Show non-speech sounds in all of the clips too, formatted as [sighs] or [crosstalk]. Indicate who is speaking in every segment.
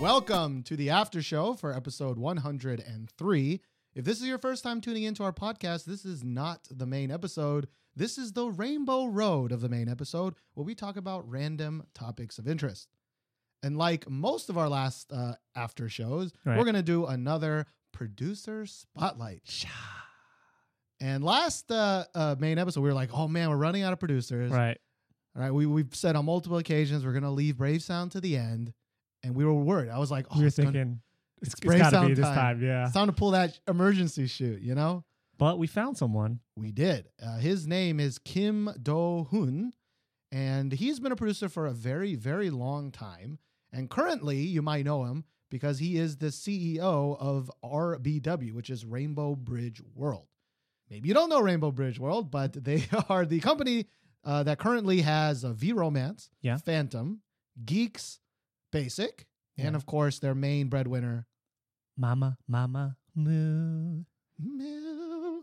Speaker 1: Welcome to the after show for episode 103. If this is your first time tuning into our podcast, this is not the main episode. This is the rainbow road of the main episode where we talk about random topics of interest. And like most of our last uh, after shows,
Speaker 2: Right.
Speaker 1: we're going to do another producer spotlight. And last uh, uh, main episode, we were like, oh man, we're running out of producers.
Speaker 2: Right.
Speaker 1: All right. We, we've said on multiple occasions, we're going to leave Brave Sound to the end. And we were worried. I was like, oh,
Speaker 2: we were
Speaker 1: it's gonna-
Speaker 2: thinking it's,
Speaker 1: it's
Speaker 2: it's
Speaker 1: brave
Speaker 2: gotta
Speaker 1: sound
Speaker 2: be this
Speaker 1: time.
Speaker 2: time. yeah.
Speaker 1: it's time to pull that emergency shoot, you know?
Speaker 2: But we found someone.
Speaker 1: We did. Uh, his name is Kim Do Hoon, and he's been a producer for a very, very long time. And currently, you might know him because he is the CEO of RBW, which is Rainbow Bridge World. Maybe you don't know Rainbow Bridge World, but [laughs] they are the company uh, that currently has uh, V Romance,
Speaker 2: Yeah.
Speaker 1: Phantom, Geeks, Basic, and
Speaker 2: Yeah.
Speaker 1: of course, their main breadwinner,
Speaker 2: Mama, mama, moo.
Speaker 1: Moo.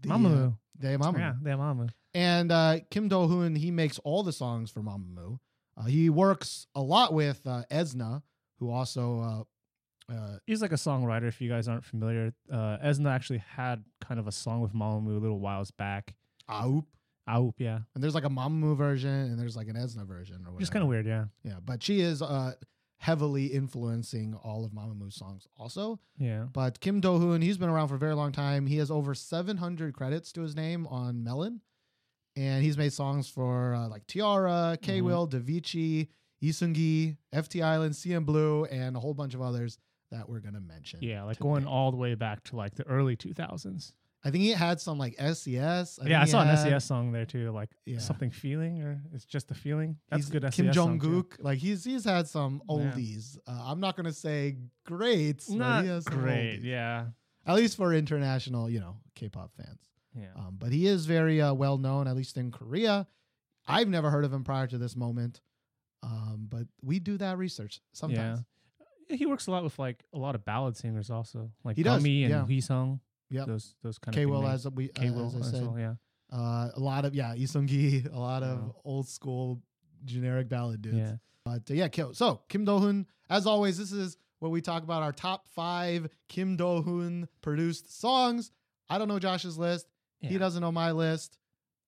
Speaker 1: The,
Speaker 2: mama
Speaker 1: uh,
Speaker 2: moo.
Speaker 1: they Mamamoo.
Speaker 2: Yeah, that mama.
Speaker 1: And uh, Kim Do Hoon, he makes all the songs for Mamamoo. Uh, he works a lot with uh, Esna, who also uh, uh,
Speaker 2: He's like a songwriter if you guys aren't familiar. Uh Esna actually had kind of a song with Mama Moo a little whiles back.
Speaker 1: Aup.
Speaker 2: Aup, yeah.
Speaker 1: And there's like a Mamamoo version, and there's like an Esna version, or whatever.
Speaker 2: Just kind of weird, yeah.
Speaker 1: Yeah, but she is uh, heavily influencing all of Mamamoo's songs, also.
Speaker 2: Yeah.
Speaker 1: But Kim Do Hoon, he's been around for a very long time. He has over 700 credits to his name on Melon. And he's made songs for uh, like Tiara, K Will,
Speaker 2: Mm-hmm.
Speaker 1: Davichi, Isungi, FT Island, CM Blue, and a whole bunch of others that we're going to mention.
Speaker 2: Yeah, like
Speaker 1: today.
Speaker 2: going all the way back to like the early two thousands.
Speaker 1: I think he had some like SES. think
Speaker 2: Yeah, I
Speaker 1: he
Speaker 2: saw an E
Speaker 1: had-
Speaker 2: SES song there too, like
Speaker 1: Yeah.
Speaker 2: something feeling or it's just a feeling. That's
Speaker 1: he's
Speaker 2: good SES.
Speaker 1: Kim Jong
Speaker 2: song, too.
Speaker 1: Gook. Like he's he's had some
Speaker 2: Yeah.
Speaker 1: oldies. Uh, I'm not going to say greats. but he
Speaker 2: Not
Speaker 1: has some
Speaker 2: great,
Speaker 1: oldies.
Speaker 2: yeah.
Speaker 1: At least for international, you know, K pop fans.
Speaker 2: Yeah.
Speaker 1: Um, but he is very uh, well known, at least in Korea. I've never heard of him prior to this moment, um, but we do that research sometimes.
Speaker 2: Yeah. He works a lot with like a lot of ballad singers also, like
Speaker 1: He
Speaker 2: he
Speaker 1: does, yeah.
Speaker 2: Gummy and Hui Sung.
Speaker 1: Yep.
Speaker 2: Those those kind
Speaker 1: K
Speaker 2: of
Speaker 1: Will,
Speaker 2: big
Speaker 1: as we,
Speaker 2: names.
Speaker 1: uh, as I
Speaker 2: as
Speaker 1: said,
Speaker 2: well, yeah.
Speaker 1: uh, a lot of yeah, Isungi, a lot
Speaker 2: Yeah.
Speaker 1: of old school generic ballad dudes.
Speaker 2: Yeah.
Speaker 1: But uh, yeah, Kim, so Kim Do Hoon. As always, this is where we talk about our top five Kim Do Hoon produced songs. I don't know Josh's list. He
Speaker 2: Yeah.
Speaker 1: doesn't know my list.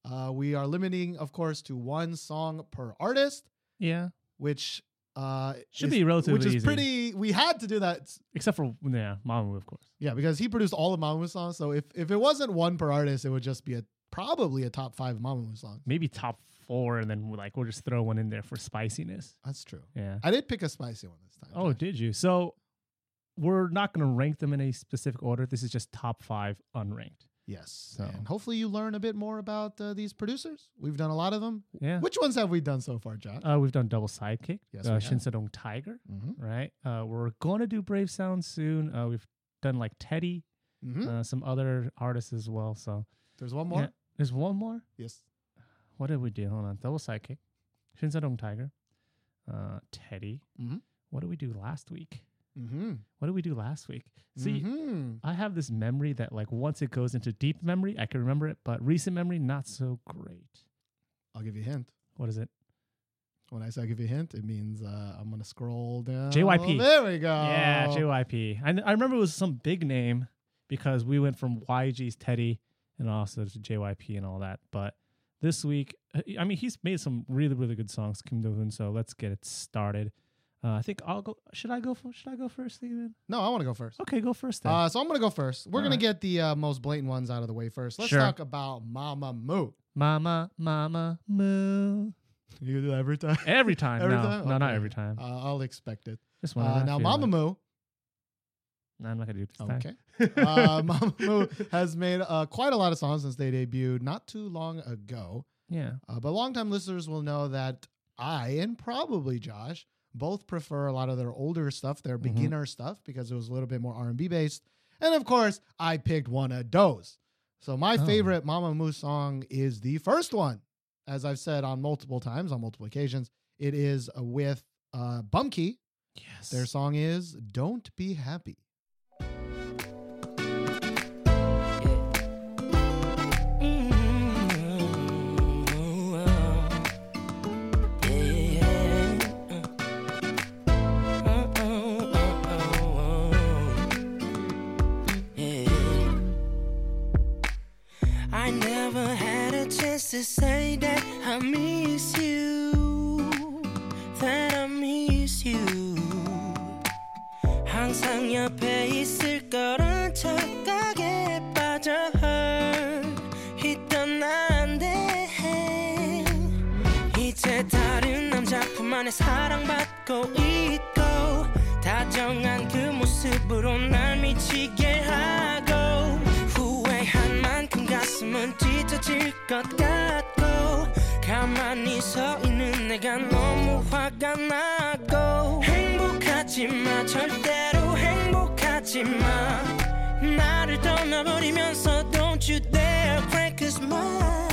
Speaker 1: Uh, we are limiting, of course, to one song per artist.
Speaker 2: Yeah.
Speaker 1: which uh
Speaker 2: Should
Speaker 1: is-
Speaker 2: be relatively
Speaker 1: which is
Speaker 2: easy.
Speaker 1: pretty we had to do that
Speaker 2: Except for yeah, Mamamoo of course.
Speaker 1: yeah because he produced all of Mamamoo songs so if if it wasn't one per artist it would just be a probably a top 5 Mamamoo song
Speaker 2: Maybe top four and then we'll, like we'll just throw one in there for spiciness.
Speaker 1: that's true
Speaker 2: Yeah.
Speaker 1: i did pick a spicy one this time
Speaker 2: Oh, did you? So we're not gonna rank them in a specific order. This is just top five unranked.
Speaker 1: yes
Speaker 2: So.
Speaker 1: and hopefully you learn a bit more about uh, these producers we've done a lot of them
Speaker 2: Yeah.
Speaker 1: which ones have we done so far Josh
Speaker 2: Uh, we've done double sidekick.
Speaker 1: Yes,
Speaker 2: uh,
Speaker 1: we have.
Speaker 2: Shinsedong Tiger.
Speaker 1: mm-hmm.
Speaker 2: Right. Uh, we're gonna do Brave Sound soon. Uh, we've done like Teddy.
Speaker 1: Mm-hmm.
Speaker 2: uh, some other artists as well. So
Speaker 1: there's one more
Speaker 2: Yeah. there's one more.
Speaker 1: yes
Speaker 2: What did we do? Hold on. Double sidekick. Shinsadong Tiger. Uh, Teddy.
Speaker 1: Mhm.
Speaker 2: What did we do last week?
Speaker 1: mm-hmm.
Speaker 2: What did we do last week? See,
Speaker 1: hmm
Speaker 2: I have this memory that like once it goes into deep memory, I can remember it, but recent memory, not so great.
Speaker 1: i'll give you a hint
Speaker 2: What is it?
Speaker 1: when i say i'll give you a hint it means uh, i'm gonna scroll down
Speaker 2: JYP.
Speaker 1: there we go
Speaker 2: Yeah,
Speaker 1: Oh.
Speaker 2: JYP. I, kn- I remember it was some big name because we went from YG's Teddy and also to JYP and all that. But this week, uh, I- I mean, he's made some really, really good songs, Kim Do Hoon. So let's get it started. Uh, I think I'll go. Should I go? For, should I go first, Steven?
Speaker 1: no i want to go first
Speaker 2: Okay, go first then.
Speaker 1: Uh, so I'm gonna go first. We're
Speaker 2: All
Speaker 1: gonna
Speaker 2: right.
Speaker 1: get the uh, most blatant ones out of the way first. Let's
Speaker 2: Sure.
Speaker 1: talk about Mama Moo. [laughs]
Speaker 2: mama, mama, moo.
Speaker 1: You do that every time.
Speaker 2: Every time.
Speaker 1: Every
Speaker 2: no,
Speaker 1: time?
Speaker 2: no, not
Speaker 1: Okay.
Speaker 2: every time.
Speaker 1: Uh, I'll expect it.
Speaker 2: Just one.
Speaker 1: Uh, now Mama Moo.
Speaker 2: No, I'm not gonna do it this time. [laughs]
Speaker 1: Okay. uh, Mama Moo has made uh, quite a lot of songs since they debuted not too long ago.
Speaker 2: Yeah.
Speaker 1: Uh, but longtime listeners will know that I and probably Josh both prefer a lot of their older stuff, their
Speaker 2: Mhm.
Speaker 1: beginner stuff, because it was a little bit more R and B based. And of course, I picked one of those. So my
Speaker 2: Oh.
Speaker 1: favorite Mama Moo song is the first one, as I've said on multiple times, on multiple occasions. It is uh, with uh, Bumkey.
Speaker 2: Yes.
Speaker 1: Their song is "Don't Be Happy."
Speaker 3: Mm-hmm. Mm-hmm. Yeah, yeah. Uh-oh. to say that I miss you, that I miss you. 항상 옆에 있을 거란 착각에 빠져 있던 난데 이제 다른 남자뿐만에 사랑받고 있고 다정한 그 모습으로 날 미치게 하고 후회한 만큼 가슴은 찢어질 것 같고 가만히 서 있는 내가 너무 화가 나고 행복하지마 절대로 행복하지마 나를 떠나버리면서 don't you dare break his mind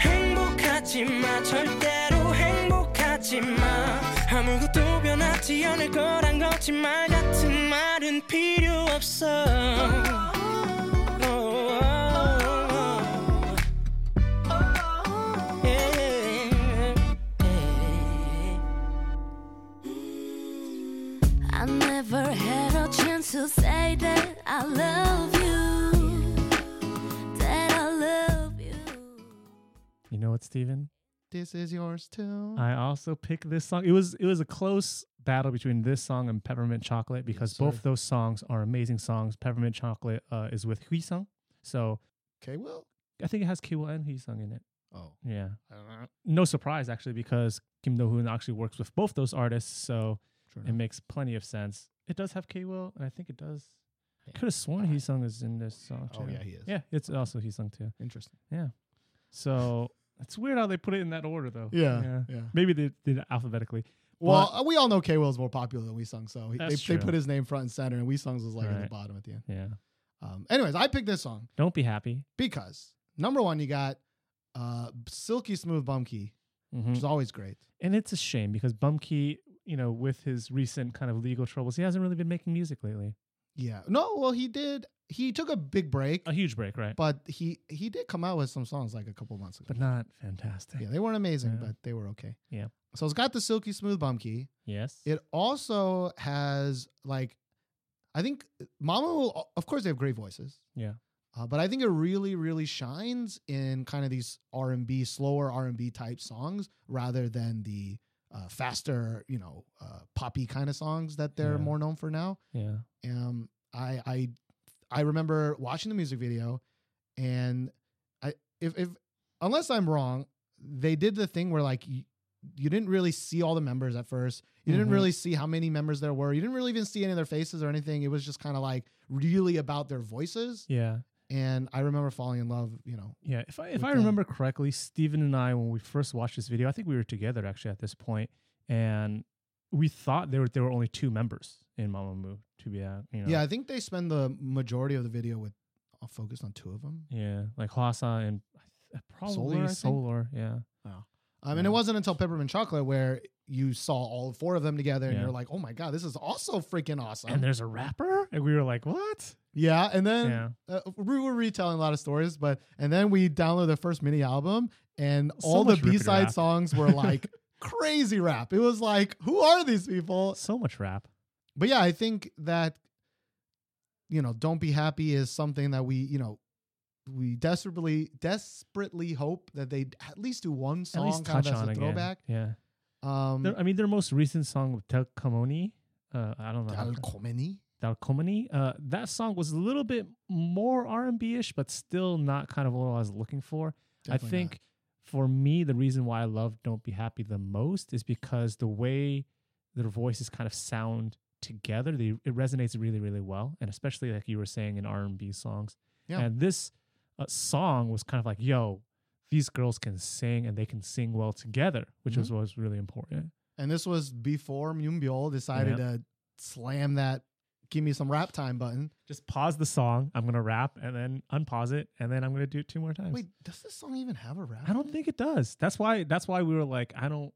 Speaker 3: 행복하지마 절대로 행복하지마 아무것도 변하지 않을 거란 거짓말 같은 말은 필요 없어 Oh, oh. Yeah.
Speaker 4: I never had a chance to say that I love you. That I love you.
Speaker 2: You know what, Steven?
Speaker 1: This is yours too.
Speaker 2: I also picked this song. It was it was a close battle between this song and Peppermint Chocolate because
Speaker 1: Yes, sir.
Speaker 2: both those songs are amazing songs. Peppermint Chocolate uh, is with Hui Sung, so
Speaker 1: okay, Will.
Speaker 2: I think it has Kiwa and Hui Sung in it.
Speaker 1: Oh,
Speaker 2: Yeah,
Speaker 1: I don't know.
Speaker 2: no surprise actually because Kim Do Hoon actually works with both those artists, so
Speaker 1: True
Speaker 2: it
Speaker 1: enough.
Speaker 2: makes plenty of sense. It does have K Will, and I think it does. I
Speaker 1: Yeah. Uh-huh.
Speaker 2: could have sworn Hui Sung is in this song too.
Speaker 1: Oh, yeah, he is.
Speaker 2: Yeah, it's also Hui Sung too.
Speaker 1: Interesting.
Speaker 2: So it's weird how they put it in that order though.
Speaker 1: Yeah, yeah.
Speaker 2: Maybe they did it alphabetically.
Speaker 1: Well, uh, we all know K Will's more popular than We Sung, so he, they,
Speaker 2: That's
Speaker 1: they
Speaker 2: true.
Speaker 1: put his name front and center, and We Sung's was like at the
Speaker 2: Right.
Speaker 1: bottom at the end.
Speaker 2: Yeah.
Speaker 1: Um, anyways, I picked this song
Speaker 2: Don't be happy.
Speaker 1: because number one, you got uh, Silky Smooth Bumkey,
Speaker 2: Mhm.
Speaker 1: which is always great.
Speaker 2: And it's a shame because Bumkey, you know, with his recent kind of legal troubles, he hasn't really been making music lately.
Speaker 1: Yeah. No, well, he did. He took a big break,
Speaker 2: A huge break, right? But,
Speaker 1: but he he did come out with some songs like a couple months ago.
Speaker 2: not fantastic.
Speaker 1: yeah, they weren't amazing,
Speaker 2: Yeah.
Speaker 1: but they were okay.
Speaker 2: Yeah.
Speaker 1: So it's got the Silky Smooth Bumkey.
Speaker 2: Yes.
Speaker 1: It also has like, I think uh, Mama will. Of course, they have great voices.
Speaker 2: Yeah.
Speaker 1: Uh, but I think it really, really shines in kind of these R and B, slower R and B type songs, rather than the uh, faster, you know, uh, poppy kind of songs that they're
Speaker 2: Yeah.
Speaker 1: more known for now.
Speaker 2: yeah.
Speaker 1: Um, I, I, I remember watching the music video, and I, if, if unless I'm wrong, they did the thing where like you, you didn't really see all the members at first. You didn't
Speaker 2: Mhm.
Speaker 1: really see how many members there were. You didn't really even see any of their faces or anything. It was just kind of like really about their voices
Speaker 2: Yeah.
Speaker 1: and I remember falling in love. You know,
Speaker 2: Yeah, if I if
Speaker 1: with
Speaker 2: I
Speaker 1: them.
Speaker 2: remember correctly, Steven and I when we first watched this video, I think we were together actually at this point, and we thought there were there were only two members in Mamamoo to be at, you know.
Speaker 1: yeah, I think they spend the majority of the video with uh, focused on two of them.
Speaker 2: Yeah, like Hwasa and I th-
Speaker 1: Solar, I
Speaker 2: probably Solar,
Speaker 1: think?
Speaker 2: yeah.
Speaker 1: Um, and it
Speaker 2: Yeah.
Speaker 1: wasn't until Peppermint Chocolate where you saw all four of them together, and
Speaker 2: Yeah.
Speaker 1: you're like, "Oh my god, this is also freaking awesome!"
Speaker 2: and there's a rapper, and we were like, what?
Speaker 1: yeah, and then
Speaker 2: yeah,
Speaker 1: uh, we were retelling a lot of stories, but and then we downloaded the first mini album, and
Speaker 2: So
Speaker 1: all the
Speaker 2: much rippity
Speaker 1: B side
Speaker 2: rap.
Speaker 1: songs
Speaker 2: [laughs]
Speaker 1: were like crazy rap. It was like, "Who are these people?"
Speaker 2: so much rap.
Speaker 1: but yeah, I think that you know, don't be happy is something that we you know we desperately desperately hope that they at least do one
Speaker 2: At
Speaker 1: song
Speaker 2: least
Speaker 1: kind
Speaker 2: touch
Speaker 1: of as
Speaker 2: on
Speaker 1: a
Speaker 2: again.
Speaker 1: throwback.
Speaker 2: Yeah,
Speaker 1: Um,
Speaker 2: Their- I mean their most recent song with Tel Kamoni, uh, I don't know. how
Speaker 1: Al
Speaker 2: to-
Speaker 1: Khomeini.
Speaker 2: Dalkomani. Uh, that song was a little bit more R and B ish, but still not kind of what I was looking for. I
Speaker 1: Definitely
Speaker 2: think
Speaker 1: not.
Speaker 2: for me, the reason why I love "Don't Be Happy" the most is because the way their voices kind of sound together, they, it resonates really, really well, and especially like you were saying in R and B songs.
Speaker 1: Yeah.
Speaker 2: And this uh, song was kind of like, "Yo, these girls can sing, and they can sing well together," which
Speaker 1: Mm-hmm.
Speaker 2: was what was really important.
Speaker 1: and this was before Myunbyul decided to slam that "Give me some rap time" button.
Speaker 2: Just pause the song. I'm gonna rap, and then unpause it, and then I'm gonna do it two more times.
Speaker 1: Wait, does this song even have a rap?
Speaker 2: I don't think it does. That's why. That's why we were like, I don't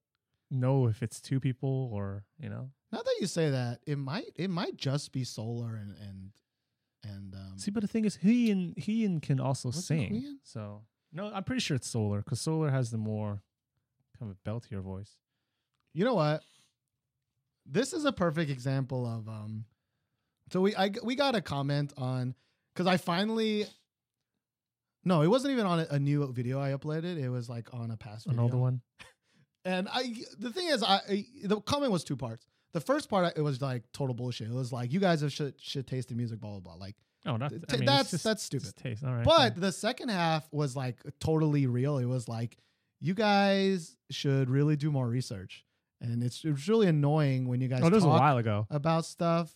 Speaker 2: know if it's two people or you know.
Speaker 1: Now that you say that, it might it might just be Solar and and and um,
Speaker 2: See, but the thing is, he and he and can also
Speaker 1: Was it
Speaker 2: sing.
Speaker 1: Huyen?
Speaker 2: So no, I'm pretty sure it's Solar because Solar has the more kind of beltier voice.
Speaker 1: you know what this is a perfect example of um so we I, we got a comment on because i finally No, it wasn't even on a, a new video I uploaded. It was like on a past
Speaker 2: An
Speaker 1: video.
Speaker 2: older one.
Speaker 1: And I, the thing is, I, I the comment was two parts. The first part, I- it was like total bullshit. It was like you guys have shit, shit taste in music, blah blah blah. Like
Speaker 2: Oh, not,
Speaker 1: t-
Speaker 2: I mean, it's
Speaker 1: that's
Speaker 2: just-
Speaker 1: that's stupid.
Speaker 2: just taste. All right.
Speaker 1: But
Speaker 2: fine.
Speaker 1: the second half was like totally real. It was like, you guys should really do more research. And it's it's really annoying when you guys
Speaker 2: oh, this was a
Speaker 1: talk
Speaker 2: while ago.
Speaker 1: about stuff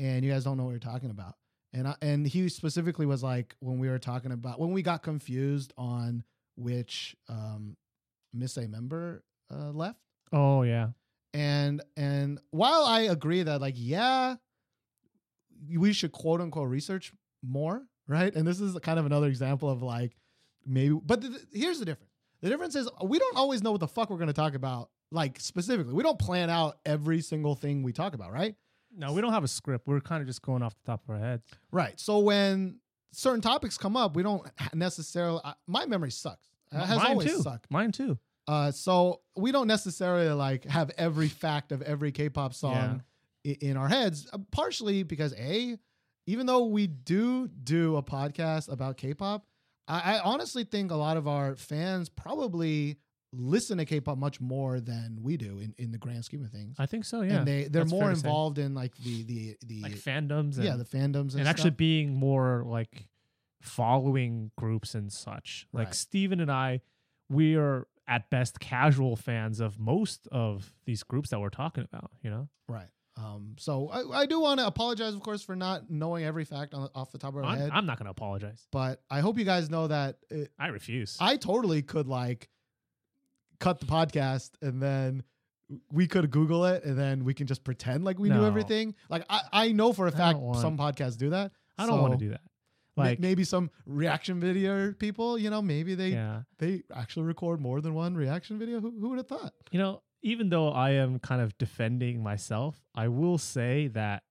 Speaker 1: and you guys don't know what you're talking about. And I, and he specifically was like when we were talking about when we got confused on which um Miss A member uh, left
Speaker 2: Oh yeah.
Speaker 1: and and while I agree that like yeah, we should quote unquote research more, right? And this is kind of another example of like maybe. But th- th- here's the difference: the difference is we don't always know what the fuck we're going to talk about. Like specifically, we don't plan out every single thing we talk about, right?
Speaker 2: No, we don't have a script. We're kind of just going off the top of our heads.
Speaker 1: Right. So when certain topics come up, we don't necessarily. I, my memory sucks. It has
Speaker 2: Mine
Speaker 1: always
Speaker 2: too.
Speaker 1: sucked.
Speaker 2: Mine too.
Speaker 1: Uh, so we don't necessarily like have every fact of every K-pop song
Speaker 2: Yeah.
Speaker 1: i- in our heads, uh, partially because a, even though we do do a podcast about K-pop, I, I honestly think a lot of our fans probably listen to K-pop much more than we do in, in the grand scheme of things,
Speaker 2: I think so. Yeah.
Speaker 1: and they they're
Speaker 2: That's
Speaker 1: more
Speaker 2: fair to say.
Speaker 1: involved in like the the the
Speaker 2: like fandoms. And,
Speaker 1: yeah the fandoms and,
Speaker 2: and actually
Speaker 1: stuff.
Speaker 2: being more like following groups and such.
Speaker 1: Right.
Speaker 2: Like Steven and I, we are at best casual fans of most of these groups that we're talking about. You know,
Speaker 1: right. Um, so I, I do want to apologize, of course, for not knowing every fact on, off the top of our
Speaker 2: I'm,
Speaker 1: head.
Speaker 2: I'm not going to apologize.
Speaker 1: but I hope you guys know that uh,
Speaker 2: I refuse.
Speaker 1: I totally could like cut the podcast and then we could Google it and then we can just pretend like we knew
Speaker 2: No.
Speaker 1: everything. Like I, I know for a
Speaker 2: don't
Speaker 1: fact
Speaker 2: want-
Speaker 1: some podcasts do that.
Speaker 2: I don't want to do that. Like,
Speaker 1: maybe some reaction video people, you know, maybe they
Speaker 2: yeah,
Speaker 1: they actually record more than one reaction video. Who, who would have thought?
Speaker 2: you know, even though I am kind of defending myself, I will say that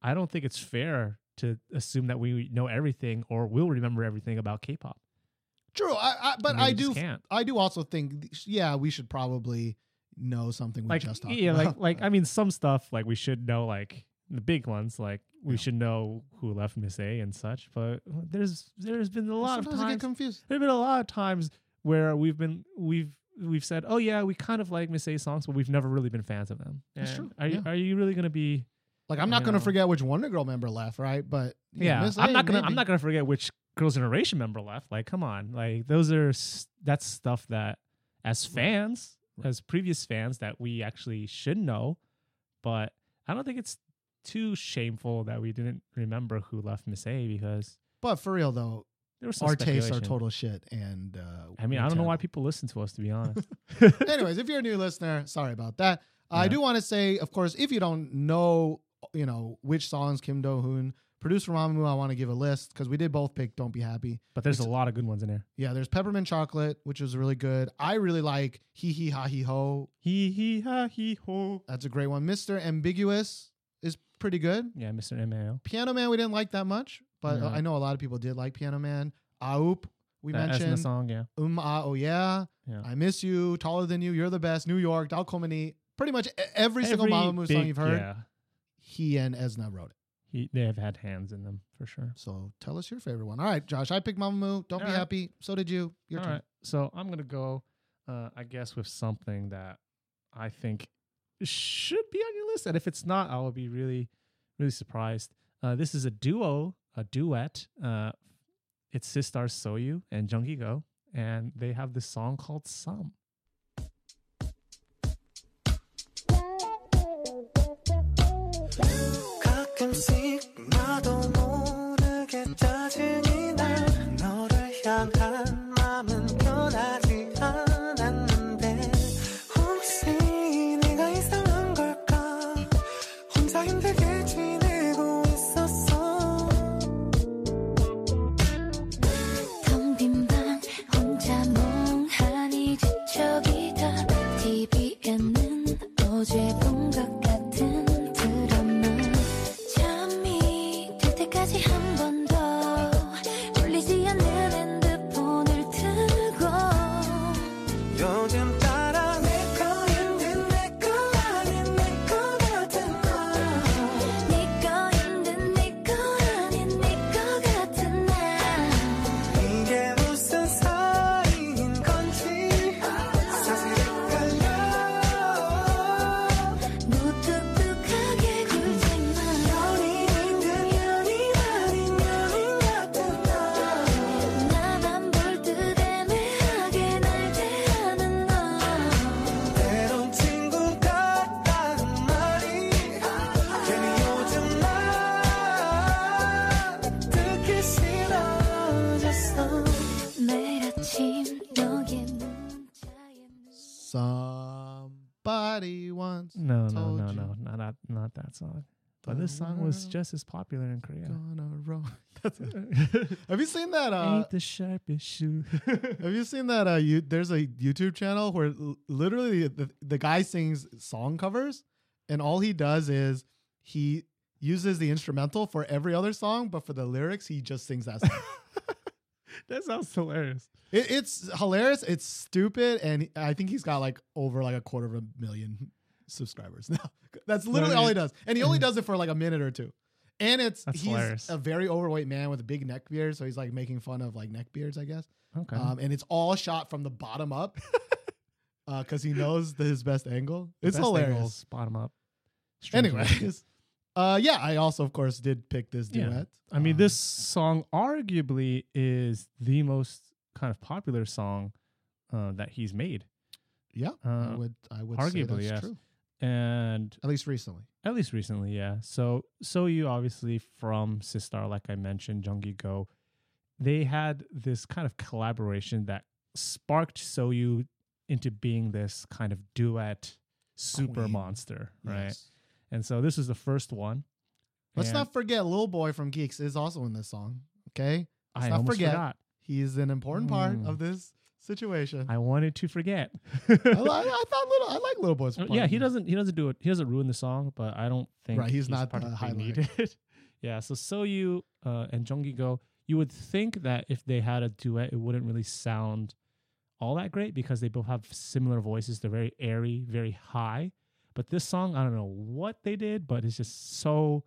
Speaker 2: I don't think it's fair to assume that we know everything or will remember everything about K-pop.
Speaker 1: True, I, I but
Speaker 2: mean,
Speaker 1: I
Speaker 2: you just
Speaker 1: do
Speaker 2: can't.
Speaker 1: I do also think th- yeah we should probably know something we
Speaker 2: like
Speaker 1: just talked
Speaker 2: yeah, like
Speaker 1: about. [laughs]
Speaker 2: like I mean, some stuff like we should know, like the big ones, like we
Speaker 1: Yeah.
Speaker 2: should know who left Miss A and such. But there's there's been a lot of
Speaker 1: sometimes I
Speaker 2: times
Speaker 1: get confused.
Speaker 2: there've been a lot of times where we've been we've we've said, oh yeah, we kind of like Miss A songs, but we've never really been fans of them.
Speaker 1: That's
Speaker 2: And
Speaker 1: true,
Speaker 2: Are you
Speaker 1: yeah.
Speaker 2: are you really gonna be
Speaker 1: Like I'm not
Speaker 2: You
Speaker 1: going to
Speaker 2: know.
Speaker 1: forget which Wonder Girl member left, right? But you know,
Speaker 2: Yeah,
Speaker 1: Miss
Speaker 2: I'm
Speaker 1: A,
Speaker 2: not gonna.
Speaker 1: maybe.
Speaker 2: I'm not gonna forget which Girls' Generation member left. Like, come on, like those are s- that's stuff that as fans, as previous fans, that we actually should know. But I don't think it's too shameful that we didn't remember who left Miss A because
Speaker 1: But for real though,
Speaker 2: there was some
Speaker 1: our tastes are
Speaker 2: speculation.
Speaker 1: total shit. And uh,
Speaker 2: I mean,
Speaker 1: we're
Speaker 2: I don't know why
Speaker 1: terrible.
Speaker 2: people listen to us. To be honest,
Speaker 1: [laughs] Anyways, if you're a new listener, sorry about that. I
Speaker 2: Yeah.
Speaker 1: do want to say, of course, if you don't know, you know which songs Kim Do Hoon produced for Mamamoo, I want to give a list because we did both pick "Don't Be Happy."
Speaker 2: but there's a lot of good ones in there.
Speaker 1: Yeah, there's Peppermint Chocolate, which was really good. I really like "Hee Hee Ha Hee Ho."
Speaker 2: Hee hee ha hee ho.
Speaker 1: That's a great one. Mister Ambiguous is pretty good.
Speaker 2: Yeah, Mr. Mao.
Speaker 1: Piano Man, we didn't like that much, but uh,
Speaker 2: No.
Speaker 1: I know a lot of people did like Piano Man. Aup, we
Speaker 2: That Esna
Speaker 1: mentioned.
Speaker 2: song. Yeah,
Speaker 1: Um, ah, oh yeah.
Speaker 2: Yeah.
Speaker 1: I miss you. Taller than you. You're the best. New York. Dalcomini. Pretty much e- every, single
Speaker 2: Every
Speaker 1: Mamamoo song
Speaker 2: big-
Speaker 1: you've heard,
Speaker 2: Yeah,
Speaker 1: he and Esna wrote it.
Speaker 2: he, they have had hands in them for sure.
Speaker 1: So tell us your favorite one. All right, Josh. I picked Mamamoo. Don't be
Speaker 2: All right.
Speaker 1: happy. So did you. Your
Speaker 2: All
Speaker 1: turn.
Speaker 2: right. So I'm gonna go, uh, I guess, with something that I think should be on your list, and if it's not, I will be really, really surprised. Uh, this is a duo, a duet. Uh, it's Sistar Soyu and Jungi Go, and they have this song called "Some."
Speaker 5: 가끔씩 나도 모르게 짜증이 날 너를 향한 마음은 변하지 않았는데 혹시 내가 이상한 걸까 혼자 힘들게 지내고 있었어
Speaker 4: 텅 빈 방 혼자 멍하니 지쳐기다 TV에는 어제 본 것 같은 드라마 잠이 들 때까지 한 번 더
Speaker 2: not not that song. But this song was just as popular in Korea.
Speaker 1: Gonna
Speaker 2: [laughs]
Speaker 1: roll. Have you seen that? Uh,
Speaker 2: Ain't the
Speaker 1: [laughs]
Speaker 2: sharpest shoe.
Speaker 1: have you seen that? Uh, you, there's a YouTube channel where l- literally the, the guy sings song covers, and all he does is he uses the instrumental for every other song, but for the lyrics, he just sings that
Speaker 2: [laughs]
Speaker 1: song.
Speaker 2: that sounds hilarious.
Speaker 1: it, it's hilarious. It's stupid, and I think he's got like over like a quarter of a million subscribers now. [laughs] That's literally all he does, and he
Speaker 2: [laughs]
Speaker 1: only does it for like a minute or two. And it's
Speaker 2: That's
Speaker 1: he's
Speaker 2: hilarious.
Speaker 1: a very overweight man with a big neck beard, so he's like making fun of like neck beards, I guess.
Speaker 2: Okay.
Speaker 1: Um, and it's all shot from the bottom up [laughs] because he knows the, his best angle. It's
Speaker 2: Best
Speaker 1: hilarious.
Speaker 2: angles, Bottom up. Strings up.
Speaker 1: Anyways, [laughs] uh, yeah, I also, of course, did pick this
Speaker 2: Yeah.
Speaker 1: duet.
Speaker 2: I mean,
Speaker 1: Um,
Speaker 2: this song arguably is the most kind of popular song uh, that he's made,
Speaker 1: Yeah, I
Speaker 2: uh,
Speaker 1: would, I would say
Speaker 2: arguably,
Speaker 1: that's
Speaker 2: yes.
Speaker 1: true.
Speaker 2: and
Speaker 1: At least recently.
Speaker 2: at least recently, yeah. So, so you obviously from Sistar, like I mentioned, Jungi Go, they had this kind of collaboration that sparked So You into being this kind of duet super
Speaker 1: Queen.
Speaker 2: monster, right?
Speaker 1: Yes.
Speaker 2: And so this is the first one.
Speaker 1: Let's
Speaker 2: And
Speaker 1: not forget, Lil Boy from Geeks is also in this song. Okay, let's
Speaker 2: I
Speaker 1: not
Speaker 2: almost
Speaker 1: forget.
Speaker 2: forgot.
Speaker 1: he is an important part
Speaker 2: Mm.
Speaker 1: of this situation. I,
Speaker 2: I wanted to forget.
Speaker 1: li- I thought little, I like Lil Boy's.
Speaker 2: Oh,
Speaker 1: part
Speaker 2: yeah,
Speaker 1: in
Speaker 2: he
Speaker 1: this.
Speaker 2: doesn't. He doesn't do it. He doesn't ruin the song, but I don't think
Speaker 1: Right, he's not the
Speaker 2: particularly
Speaker 1: highlight.
Speaker 2: needed. [laughs] yeah, so so you uh, and Jongi Go, you would think that if they had a duet, it wouldn't really sound all that great because they both have similar voices. They're very airy, very high. But this song, I don't know what they did, but it's just so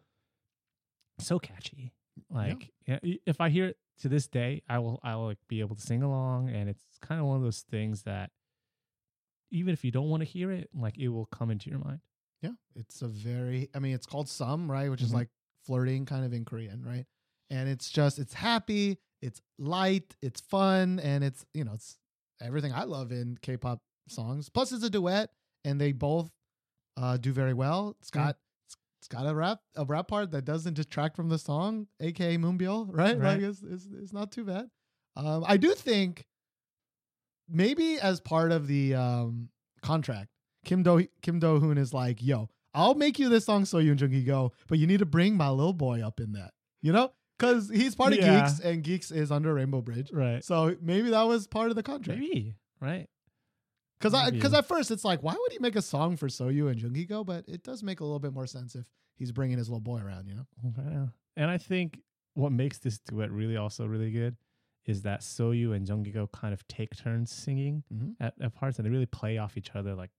Speaker 2: so catchy. Like yeah, i- if I hear it to this day, I will I will like be able to sing along, and it's kind of one of those things that even if you don't want to hear it, like it will come into your mind.
Speaker 1: Yeah, it's a very. I mean, it's called "Some," right, which is
Speaker 2: Mhm.
Speaker 1: like flirting, kind of in Korean, right? And it's just, it's happy, it's light, it's fun, and it's you know, it's everything I love in K-pop songs. Plus, it's a duet, and they both uh, do very well. It's
Speaker 2: Yeah.
Speaker 1: got it's- it's got a rap a rap part that doesn't detract from the song, aka Moonbyul, [laughs] right?
Speaker 2: Right.
Speaker 1: Like it's, it's it's not too bad. Um, I do think maybe as part of the um, contract, Kim Do Kim Do Hoon is like, "Yo, I'll make you this song so you and Jungi go, but you need to bring my little boy up in that, you know, because he's part of
Speaker 2: Yeah.
Speaker 1: Geeks and Geeks is under Rainbow Bridge,
Speaker 2: Right.
Speaker 1: so maybe that was part of the contract.
Speaker 2: Maybe. Right.
Speaker 1: Because I because
Speaker 2: maybe.
Speaker 1: at first it's like, why would he make a song for Soyu and Jungi go? But it does make a little bit more sense if he's bringing his little boy around, you know.
Speaker 2: Yeah. And I think what makes this duet really also really good is that Soyu and Jungkook kind of take turns singing
Speaker 1: Mhm.
Speaker 2: at, at parts, and they really play off each other. Like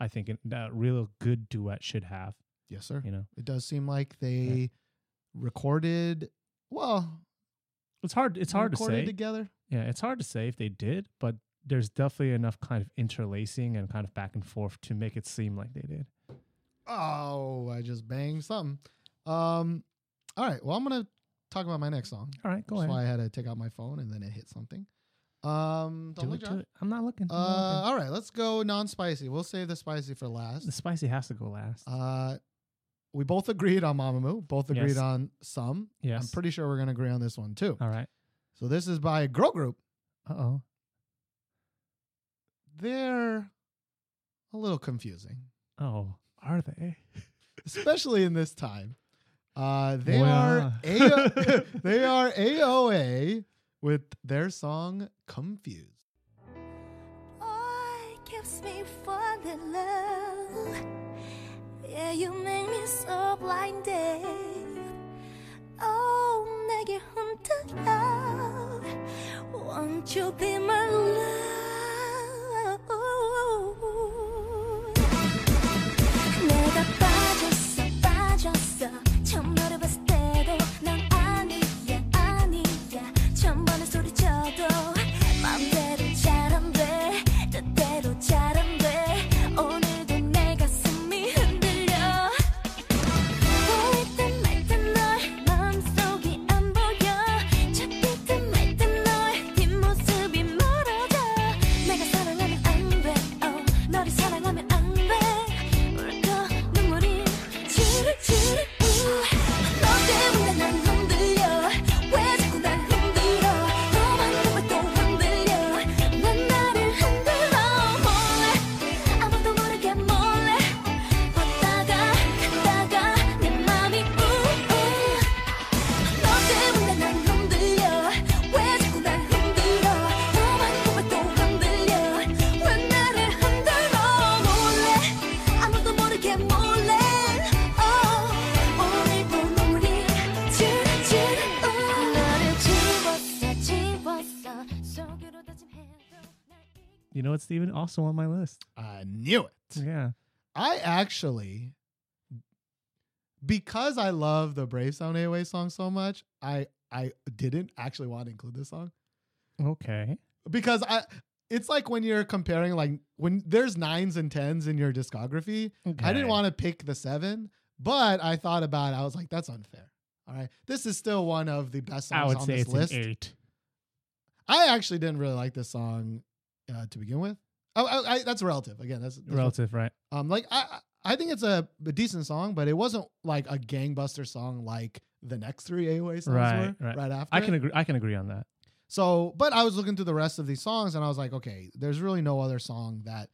Speaker 2: I think it- that real good duet should have.
Speaker 1: Yes, sir.
Speaker 2: You know,
Speaker 1: It does seem like they recorded. Well,
Speaker 2: it's hard. It's hard to
Speaker 1: recorded
Speaker 2: say.
Speaker 1: together.
Speaker 2: yeah, it's hard to say if they did, but there's definitely enough kind of interlacing and kind of back and forth to make it seem like they did.
Speaker 1: Oh, I just banged something. Um, all right. Well, I'm gonna talk about my next song.
Speaker 2: All right, go
Speaker 1: That's why
Speaker 2: ahead.
Speaker 1: I had to take out my phone and then it hit something. Um, don't
Speaker 2: Do
Speaker 1: look
Speaker 2: it,
Speaker 1: John.
Speaker 2: do it. I'm not looking.
Speaker 1: Uh,
Speaker 2: I'm not looking.
Speaker 1: all right, let's go non-spicy. We'll save the spicy for
Speaker 2: The
Speaker 1: last.
Speaker 2: spicy has to go last.
Speaker 1: Uh, we both agreed on Mamamoo. Both agreed
Speaker 2: Yes.
Speaker 1: on some.
Speaker 2: yes. Uh.
Speaker 1: I'm pretty sure we're gonna agree on this one too.
Speaker 2: All right.
Speaker 1: So this is by a girl group.
Speaker 2: Uh oh.
Speaker 1: They're a little confusing,
Speaker 2: Oh, are they?
Speaker 1: especially in this time. Uh, they are
Speaker 2: Well.
Speaker 1: AO- [laughs] they
Speaker 2: [laughs]
Speaker 1: are AOA with their song "Confused."
Speaker 4: Boy Oh, keeps me falling in love. Yeah, you make me so blinded. Oh, 내게 흔들려. Won't you be my love? 내가 빠졌어 빠졌어 처음 너를 봤을 때도 난 아니야 아니야 처음 보는 소리쳐도 맘대로 잘 안돼 뜻대로 잘 안돼 오늘도 내 가슴이 흔들려 보이든 말든 널 마음속이 안 보여 잡히든 말든 널 뒷모습이 멀어져 내가 사랑하면 안돼 oh, 너를 사랑하면 안돼 울컥 눈물이 주르주르 너 때문에 난 흔들려 왜 자꾸 날 흔들어 너만 보면 또 흔들려 난 나를 흔들어 몰래 아무도 모르게 몰래 왔다가 어,
Speaker 2: know what, Steven? Also on my list.
Speaker 1: I knew it.
Speaker 2: Yeah.
Speaker 1: I actually, because I love the Brave Sound AOA song so much, I I didn't actually want to include this song
Speaker 2: Okay.
Speaker 1: because I. It's like when you're comparing, like when there's nines and tens in your discography. I didn't want to pick the seven, but I thought about. it. I was like, that's unfair. All right, this is still one of the best
Speaker 2: I
Speaker 1: songs
Speaker 2: would
Speaker 1: on
Speaker 2: say
Speaker 1: this
Speaker 2: it's
Speaker 1: list.
Speaker 2: an eight.
Speaker 1: I actually didn't really like this song uh, to begin with. Oh, I, I, that's relative. Again, that's, that's
Speaker 2: Relative, right?
Speaker 1: um, like I, I I think it's a, a decent song, but it wasn't like a gangbuster song like the next three AOA songs
Speaker 2: Right,
Speaker 1: were
Speaker 2: right.
Speaker 1: right, after.
Speaker 2: I can
Speaker 1: it.
Speaker 2: agree. I can agree on that.
Speaker 1: So, but I was looking through the rest of these songs, and I was like, okay, there's really no other song that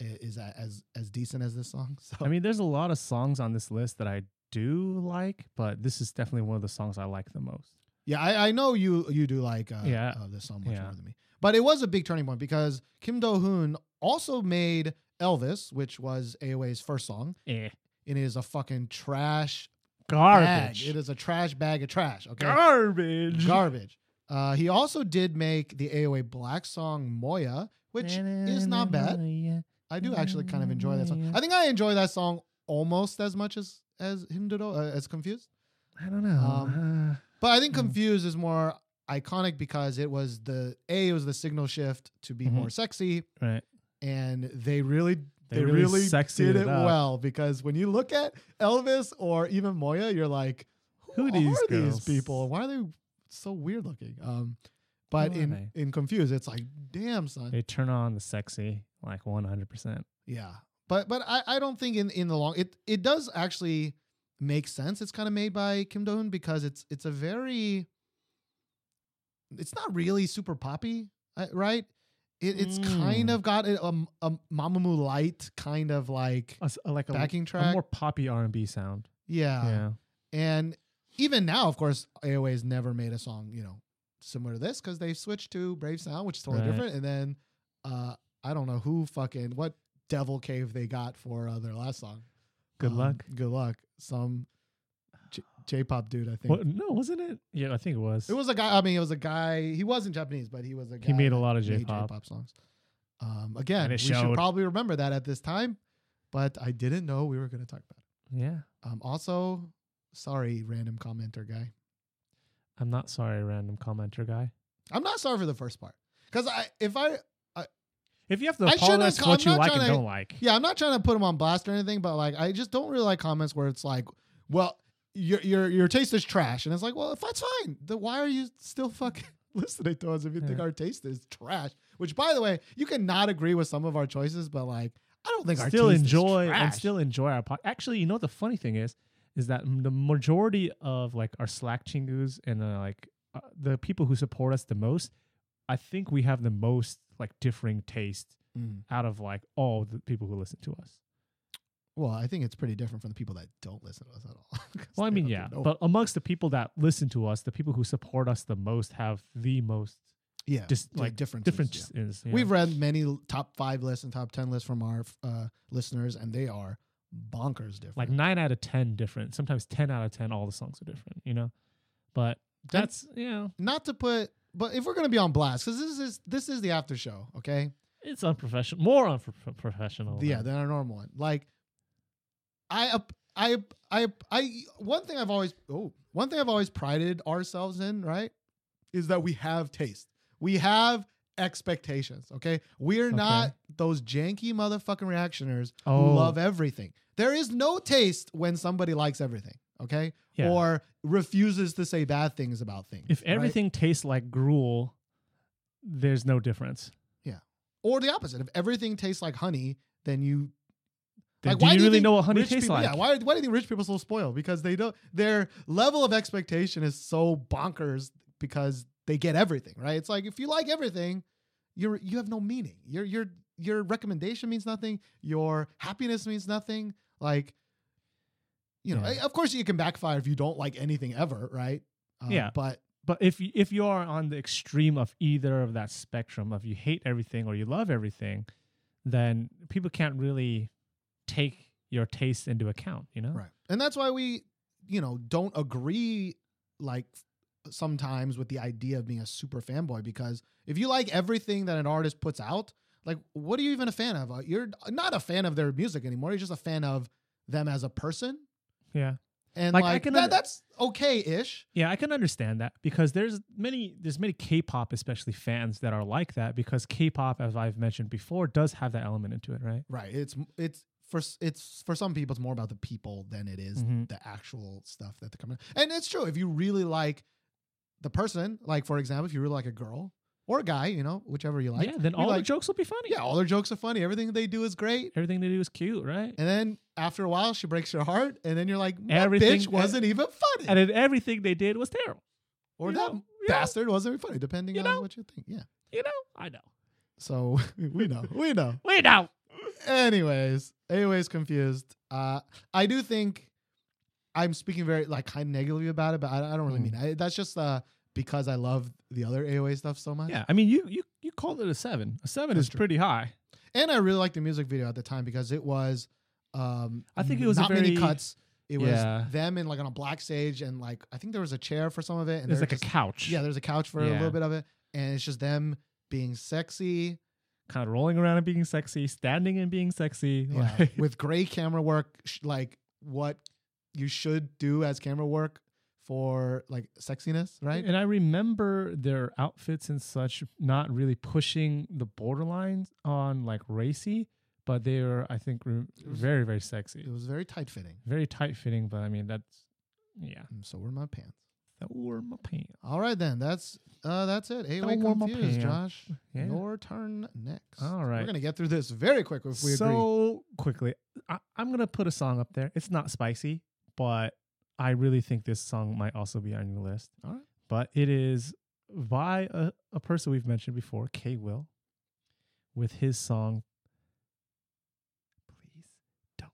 Speaker 1: i- is a- as as decent as this song. [laughs] So,
Speaker 2: I mean, there's a lot of songs on this list that I do like, but this is definitely one of the songs I like the most.
Speaker 1: yeah, I, I know you you do like uh,
Speaker 2: Yeah.
Speaker 1: uh, this song much
Speaker 2: Yeah.
Speaker 1: more than me, but it was a big turning point because Kim Do Hoon also made Elvis, which was AOA's first song,
Speaker 2: Eh.
Speaker 1: and it is a fucking trash
Speaker 2: Garbage.
Speaker 1: bag. It is a trash bag of trash. Okay.
Speaker 2: Garbage.
Speaker 1: garbage. Uh, he also did make the AOA Black song Moya, which is not bad. I do actually kind of enjoy that song. I think I enjoy that song almost as much as as Himdodo, uh, as Confused.
Speaker 2: I don't know.
Speaker 1: Um,
Speaker 2: Uh,
Speaker 1: But I think
Speaker 2: Mm.
Speaker 1: Confused is more iconic because it was the A it was the signal shift to be
Speaker 2: Mhm.
Speaker 1: more sexy,
Speaker 2: [sighs] right.
Speaker 1: and they really.
Speaker 2: They
Speaker 1: They,
Speaker 2: really
Speaker 1: really,
Speaker 2: sexied
Speaker 1: did
Speaker 2: it
Speaker 1: it,
Speaker 2: up.
Speaker 1: well because when you look at Elvis or even Moya, you're like,
Speaker 2: Who
Speaker 1: who,
Speaker 2: these
Speaker 1: are
Speaker 2: girls?
Speaker 1: these people? Why are they so weird looking? Um, but
Speaker 2: Who are
Speaker 1: in in Confused, it's like, damn son,
Speaker 2: They turn on the sexy like 100%.
Speaker 1: yeah. But but I, I don't think in in the long it it does actually make sense. It's kind of made by Kim Do Hoon because it's it's a very it's not really super poppy, uh, right? It, it's kind
Speaker 2: Mm.
Speaker 1: of got a, a, a Mamamoo light kind of like
Speaker 2: A s- a- like a,
Speaker 1: backing
Speaker 2: a
Speaker 1: track.
Speaker 2: more poppy R&B sound.
Speaker 1: yeah.
Speaker 2: yeah.
Speaker 1: And even now, of course, AOA's never made a song, you know, similar to this because they switched to Brave Sound, which is totally
Speaker 2: Right.
Speaker 1: different. And then uh, I don't know who fucking what devil cave they got for uh, their last song.
Speaker 2: Good
Speaker 1: Um,
Speaker 2: luck.
Speaker 1: Good luck. Some J- J-pop dude, I think.
Speaker 2: What, no, wasn't it? Yeah, I think it was.
Speaker 1: It was a guy. I mean, it was a guy. He wasn't Japanese, but he was a guy.
Speaker 2: He made a
Speaker 1: that
Speaker 2: lot of
Speaker 1: made
Speaker 2: J-pop.
Speaker 1: songs. Um, again,
Speaker 2: And
Speaker 1: we
Speaker 2: it showed.
Speaker 1: should probably remember that at this time, but I didn't know we were going to talk about
Speaker 2: Yeah.
Speaker 1: it. Um, also, sorry, random commenter guy.
Speaker 2: I'm not sorry, random commenter guy.
Speaker 1: I'm not sorry for the first part because I if I
Speaker 2: If you have to
Speaker 1: I shouldn't
Speaker 2: apologize
Speaker 1: have
Speaker 2: for what
Speaker 1: co-
Speaker 2: you
Speaker 1: I'm not
Speaker 2: like and
Speaker 1: trying to-
Speaker 2: don't like.
Speaker 1: yeah I'm not trying to put him on blast or anything, but like I just don't really like comments where it's like, well, your your your taste is trash, and it's like, well, if that's fine, then why are you still fucking [laughs] listening to us if you think
Speaker 2: Yeah.
Speaker 1: our taste is trash? Which, by the way, you cannot agree with some of our choices, but like I don't think
Speaker 2: still
Speaker 1: our taste
Speaker 2: enjoy
Speaker 1: is
Speaker 2: and
Speaker 1: trash.
Speaker 2: still enjoy our podcast. Actually, you know what the funny thing is, is that m- the majority of like our Slack chingus and uh, like uh, the people who support us the most, I think we have the most like differing taste
Speaker 1: Mm.
Speaker 2: out of like all the people who listen to us.
Speaker 1: well, I think it's pretty different from the people that don't listen to us at all. [laughs] 'Cause
Speaker 2: Well, I
Speaker 1: they
Speaker 2: mean,
Speaker 1: don't
Speaker 2: yeah,
Speaker 1: know.
Speaker 2: but amongst the people that listen to us, the people who support us the most have the most
Speaker 1: yeah,
Speaker 2: dis-
Speaker 1: yeah,
Speaker 2: like
Speaker 1: differences, yeah.
Speaker 2: differences. you know?
Speaker 1: We've read many l- top five lists and top ten lists from our uh, listeners, and they are bonkers different.
Speaker 2: like nine out of ten different. Sometimes ten out of ten, all the songs are different. You know, but
Speaker 1: Ten-
Speaker 2: that's you know,
Speaker 1: not to put, but if we're gonna be on blast, because this is this is the after show, okay?
Speaker 2: It's unprofessional, more unprofessional.
Speaker 1: yeah, than our normal one. Like, I up- I up- I up- I one thing I've always oh one thing I've always prided ourselves in right is that we have taste. We have expectations. Okay, we are not those janky motherfucking reactioners
Speaker 2: Oh.
Speaker 1: who love everything. There is no taste when somebody likes everything. Okay,
Speaker 2: Yeah.
Speaker 1: or refuses to say bad things about things.
Speaker 2: if
Speaker 1: right?
Speaker 2: everything tastes like gruel, there's no difference.
Speaker 1: or the opposite, if everything tastes like honey, then you
Speaker 2: Then
Speaker 1: Like,
Speaker 2: do
Speaker 1: why
Speaker 2: you
Speaker 1: do you
Speaker 2: really
Speaker 1: think
Speaker 2: know what honey
Speaker 1: rich
Speaker 2: tastes
Speaker 1: people,
Speaker 2: like?
Speaker 1: Yeah, why, why do you think rich people so spoiled? Because they don't their level of expectation is so bonkers because they get everything, right? It's like if you like everything, you're you have no meaning. Your your your recommendation means nothing, your happiness means nothing. Like you know,
Speaker 2: Yeah.
Speaker 1: of course you can backfire if you don't like anything ever, right? Um,
Speaker 2: Yeah.
Speaker 1: But
Speaker 2: But if you, if you are on the extreme of either of that spectrum of you hate everything or you love everything, then people can't really take your taste into account. You know,
Speaker 1: Right. And that's why we, you know, don't agree like sometimes with the idea of being a super fanboy because if you like everything that an artist puts out, Like, what are you even a fan of? Uh, You're not a fan of their music anymore. You're just a fan of them as a person.
Speaker 2: Yeah.
Speaker 1: And like,
Speaker 2: Like, I can
Speaker 1: that,
Speaker 2: under-
Speaker 1: that's okay ish.
Speaker 2: Yeah, I can understand that because there's many there's many K-pop especially fans that are like that because K-pop as I've mentioned before does have that element into it, right?
Speaker 1: Right. It's it's for s- it's for some people it's more about the people than it is
Speaker 2: Mhm.
Speaker 1: the actual stuff that they're coming. And it's true if you really like the person, like for example, if you really like a girl or a guy, you know, whichever you like.
Speaker 2: yeah, then
Speaker 1: you
Speaker 2: all the
Speaker 1: like-
Speaker 2: jokes will be funny.
Speaker 1: yeah, all their jokes are funny. Everything they do is great.
Speaker 2: Everything they do is cute, right?
Speaker 1: And then after a while, she breaks your heart, and then you're like, that
Speaker 2: Everything-
Speaker 1: bitch wasn't even funny,
Speaker 2: And then everything they did was terrible.
Speaker 1: or
Speaker 2: you
Speaker 1: that
Speaker 2: know, you know,
Speaker 1: bastard wasn't even funny, depending
Speaker 2: you
Speaker 1: on
Speaker 2: know.
Speaker 1: what you think. Yeah.
Speaker 2: You know, I know.
Speaker 1: So [laughs] we know, we know.
Speaker 2: Wait now.
Speaker 1: anyways, anyways, confused. Uh, I do think I'm speaking very like kind of negatively about it, but I, I don't really
Speaker 2: Mm.
Speaker 1: mean it. I, that's just uh because I love the other AOA stuff so much.
Speaker 2: Yeah, I mean you you you called it a seven. A seven
Speaker 1: That's
Speaker 2: is
Speaker 1: true.
Speaker 2: pretty high.
Speaker 1: and I really liked the music video at the time because it was. Um,
Speaker 2: I think it was a
Speaker 1: not many
Speaker 2: very-
Speaker 1: cuts. It
Speaker 2: Yeah.
Speaker 1: was them in like on a black stage, and like I think there was a chair for some of it, and
Speaker 2: There's
Speaker 1: they're
Speaker 2: like a
Speaker 1: just-
Speaker 2: couch.
Speaker 1: yeah, there's a couch for a
Speaker 2: Yeah.
Speaker 1: little bit of it, and it's just them being sexy,
Speaker 2: kind of rolling around and being sexy, standing and being sexy.
Speaker 1: yeah,
Speaker 2: [laughs] like-
Speaker 1: with great camera work, sh- like what you should do as camera work for like sexiness, right?
Speaker 2: And I remember their outfits and such not really pushing the borderlines on like racy, but they were, I think, re-
Speaker 1: was-
Speaker 2: very, very sexy.
Speaker 1: It was very tight fitting.
Speaker 2: Very tight fitting, but I mean, that's, yeah.
Speaker 1: And So were my pants.
Speaker 2: That wore my pants.
Speaker 1: All right then, that's uh that's it. Hey,
Speaker 2: Don't
Speaker 1: wait,
Speaker 2: wear my
Speaker 1: confused,
Speaker 2: pants.
Speaker 1: Josh.
Speaker 2: Yeah.
Speaker 1: Your turn next.
Speaker 2: All
Speaker 1: We're
Speaker 2: right.
Speaker 1: gonna get through this very quick if we agree.
Speaker 2: so quickly, I, I'm going to put a song up there. It's not spicy, but I really think this song might also be on your list.
Speaker 1: All right.
Speaker 2: But it is by a, a person we've mentioned before, K Will, with his song, Please Don't.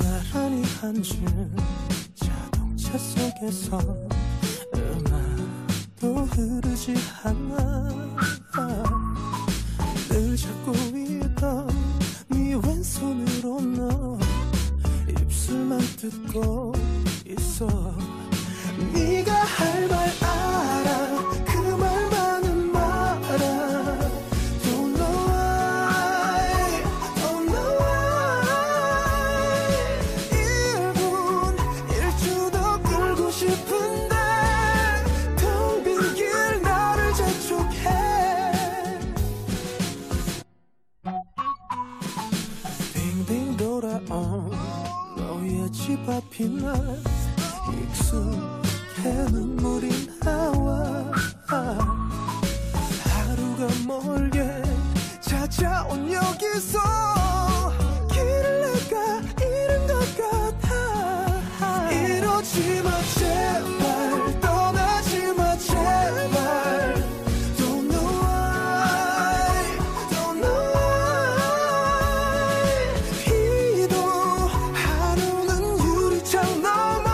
Speaker 5: 나란히 앉은 자동차 속에서 음악도 흐르지 않아 늘 잡고 있던 네 왼손으로 너 입술만 뜯고 있어 네가 할 말 알아 그 말만은 말아 Don't know why Don't know why 1분 1초 더 끌고 싶은데 텅빈길 나를 재촉해 빙빙 돌아온 너의 집 앞이 날 익숙해 눈물이 나와 하루가 멀게 찾아온 여기서 길을 내가 잃은 것 같아 이러지 마 제발 떠나지 마 제발 Don't know why Don't know why 비도 하루는 유리창 넘어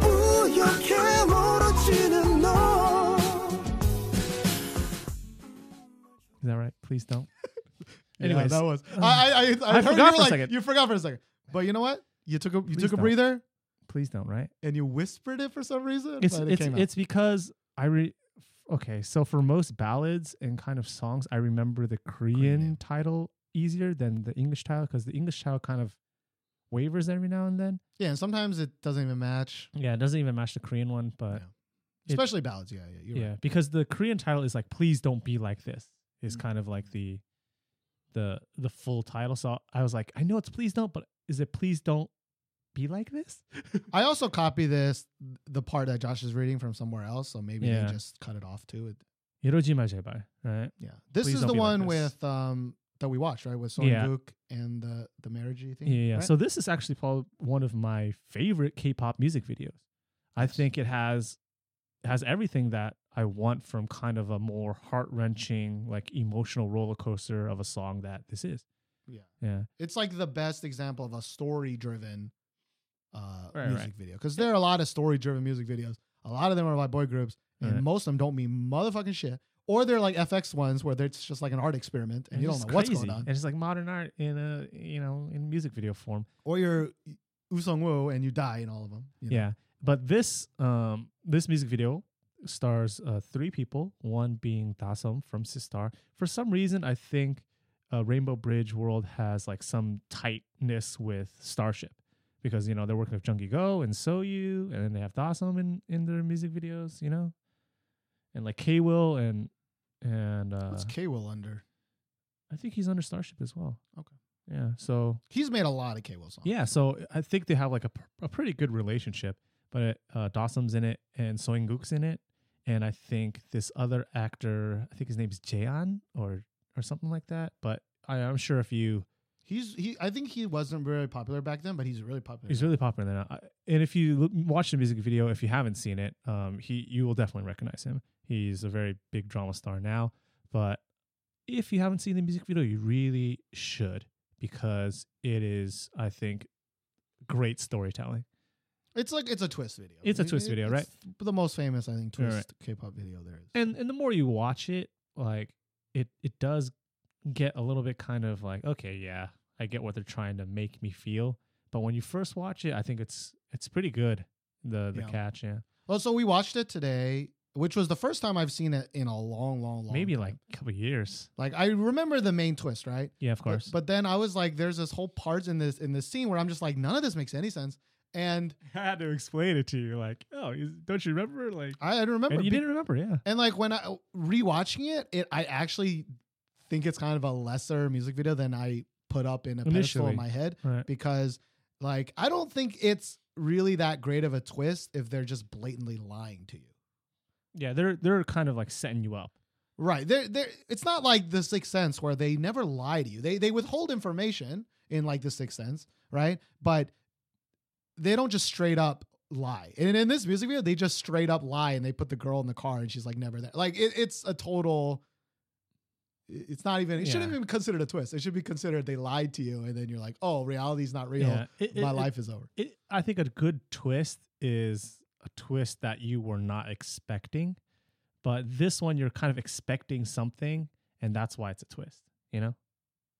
Speaker 5: 뿌옇게 멀어지는 너
Speaker 2: Is that right? Please don't.
Speaker 1: [laughs] Yeah,
Speaker 2: Anyways,
Speaker 1: that was I I I, I, heard
Speaker 2: um, forgot
Speaker 1: you were
Speaker 2: for a
Speaker 1: like,
Speaker 2: second.
Speaker 1: You forgot for a second. But you know what? You took a you
Speaker 2: Please
Speaker 1: took a
Speaker 2: don't.
Speaker 1: breather
Speaker 2: please don't. Right?
Speaker 1: and you whispered it for some reason.
Speaker 2: It's
Speaker 1: but it
Speaker 2: it's
Speaker 1: came out.
Speaker 2: it's because I re. Okay, so for most ballads and kind of songs, I remember the Korean,
Speaker 1: name.
Speaker 2: title easier than the English title because the English title kind of wavers every now and then.
Speaker 1: yeah, and sometimes it doesn't even match.
Speaker 2: Yeah, it doesn't even match the Korean one, but It-
Speaker 1: Especially ballads, yeah, yeah. You're
Speaker 2: yeah,
Speaker 1: right.
Speaker 2: because the Korean title is like "Please don't be like this" is kind of like the the the full title. So I was like, I know it's "Please don't," but is it "Please don't be like this"?
Speaker 1: I also copy this the part that Josh is reading from somewhere else, so maybe
Speaker 2: Yeah.
Speaker 1: they just cut it off too. It,
Speaker 2: 이러지마 제발, right?
Speaker 1: yeah, this
Speaker 2: Please
Speaker 1: is
Speaker 2: don't
Speaker 1: the
Speaker 2: be like
Speaker 1: one
Speaker 2: this.
Speaker 1: with um that we watched right with Son
Speaker 2: Yeah.
Speaker 1: Gook and the the marriage thing.
Speaker 2: Yeah, yeah.
Speaker 1: right?
Speaker 2: So this is actually probably one of my favorite K-pop music videos. I think it has it has everything that I want from kind of a more heart wrenching, like emotional roller coaster of a song that this is.
Speaker 1: Yeah.
Speaker 2: Yeah.
Speaker 1: it's like the best example of a story driven uh,
Speaker 2: Right,
Speaker 1: music
Speaker 2: right.
Speaker 1: video because there are a lot of story driven music videos. A lot of them are by boy groups, and
Speaker 2: Right.
Speaker 1: most of them don't mean motherfucking shit. Or they're like FX ones where it's just like an art experiment and you don't
Speaker 2: It's
Speaker 1: know
Speaker 2: just
Speaker 1: what's
Speaker 2: crazy.
Speaker 1: going on.
Speaker 2: It's just like modern art in a you know in music video form.
Speaker 1: Or you're Usong Woo and you die in all of them. you know?
Speaker 2: Yeah, but this um this music video stars uh, three people. One being Dasum from Sistar. For some reason, I think uh, Rainbow Bridge World has like some tightness with Starship because you know they're working with Junkie Go and Soyu, and then they have Dasum in in their music videos. You know, and like K Will and and uh,
Speaker 1: What's K Will under?
Speaker 2: I think he's under Starship as well.
Speaker 1: Okay.
Speaker 2: Yeah. So
Speaker 1: He's made a lot of K Will songs.
Speaker 2: yeah, so I think they have like a, pr- a pretty good relationship. But uh, Dawson's in it and Soingook's in it, and I think this other actor, I think his name's Jaeon or or something like that. But I, I'm sure if you
Speaker 1: He's he I think he wasn't very popular back then, but he's really popular.
Speaker 2: he's
Speaker 1: now.
Speaker 2: really popular now, I- and if you look, watch the music video, if you haven't seen it, um, he you will definitely recognize him. He's a very big drama star now, but if you haven't seen the music video, you really should because it is, I think, great storytelling.
Speaker 1: it's like it's a twist video.
Speaker 2: It's a twist video, right?
Speaker 1: it's the most famous, I think,
Speaker 2: Right,
Speaker 1: twist
Speaker 2: right.
Speaker 1: K-pop video there is.
Speaker 2: and and the more you watch it, like it it does get a little bit kind of like okay, yeah, I get what they're trying to make me feel. But when you first watch it, I think it's it's pretty good. The the
Speaker 1: Yeah.
Speaker 2: catch, yeah,
Speaker 1: Well, so we watched it today, which was the first time I've seen it in a long, long, long.
Speaker 2: maybe
Speaker 1: time.
Speaker 2: like a couple years.
Speaker 1: like I remember the main twist, right?
Speaker 2: Yeah, of
Speaker 1: But-
Speaker 2: course.
Speaker 1: But, then I was like, there's this whole part in this in this scene where I'm just like, none of this makes any sense, and
Speaker 2: I had to explain it to you, like, oh, is, don't you remember? Like,
Speaker 1: I, I don't remember.
Speaker 2: and you
Speaker 1: be-
Speaker 2: didn't remember, yeah.
Speaker 1: and like when I rewatching it, it I actually think it's kind of a lesser music video than I put up in a pedestal
Speaker 2: Initially.
Speaker 1: in my head
Speaker 2: Right.
Speaker 1: because like I don't think it's really that great of a twist if they're just blatantly lying to you.
Speaker 2: Yeah, they're they're kind of like setting you up.
Speaker 1: Right. They're, they're, it's not like The Sixth Sense where they never lie to you. They, they withhold information in like The Sixth Sense, right? But they don't just straight up lie. And in this music video, they just straight up lie and they put the girl in the car and she's like never there. Like it, it's a total. it- It's not even. It shouldn't
Speaker 2: Yeah.
Speaker 1: even be considered a twist. It should be considered they lied to you, and then you're like, "Oh, reality's not real.
Speaker 2: Yeah, it-
Speaker 1: My
Speaker 2: it- it-
Speaker 1: life is over."
Speaker 2: it, I think a good twist is a twist that you were not expecting, but this one you're kind of expecting something, and that's why it's a twist. You know?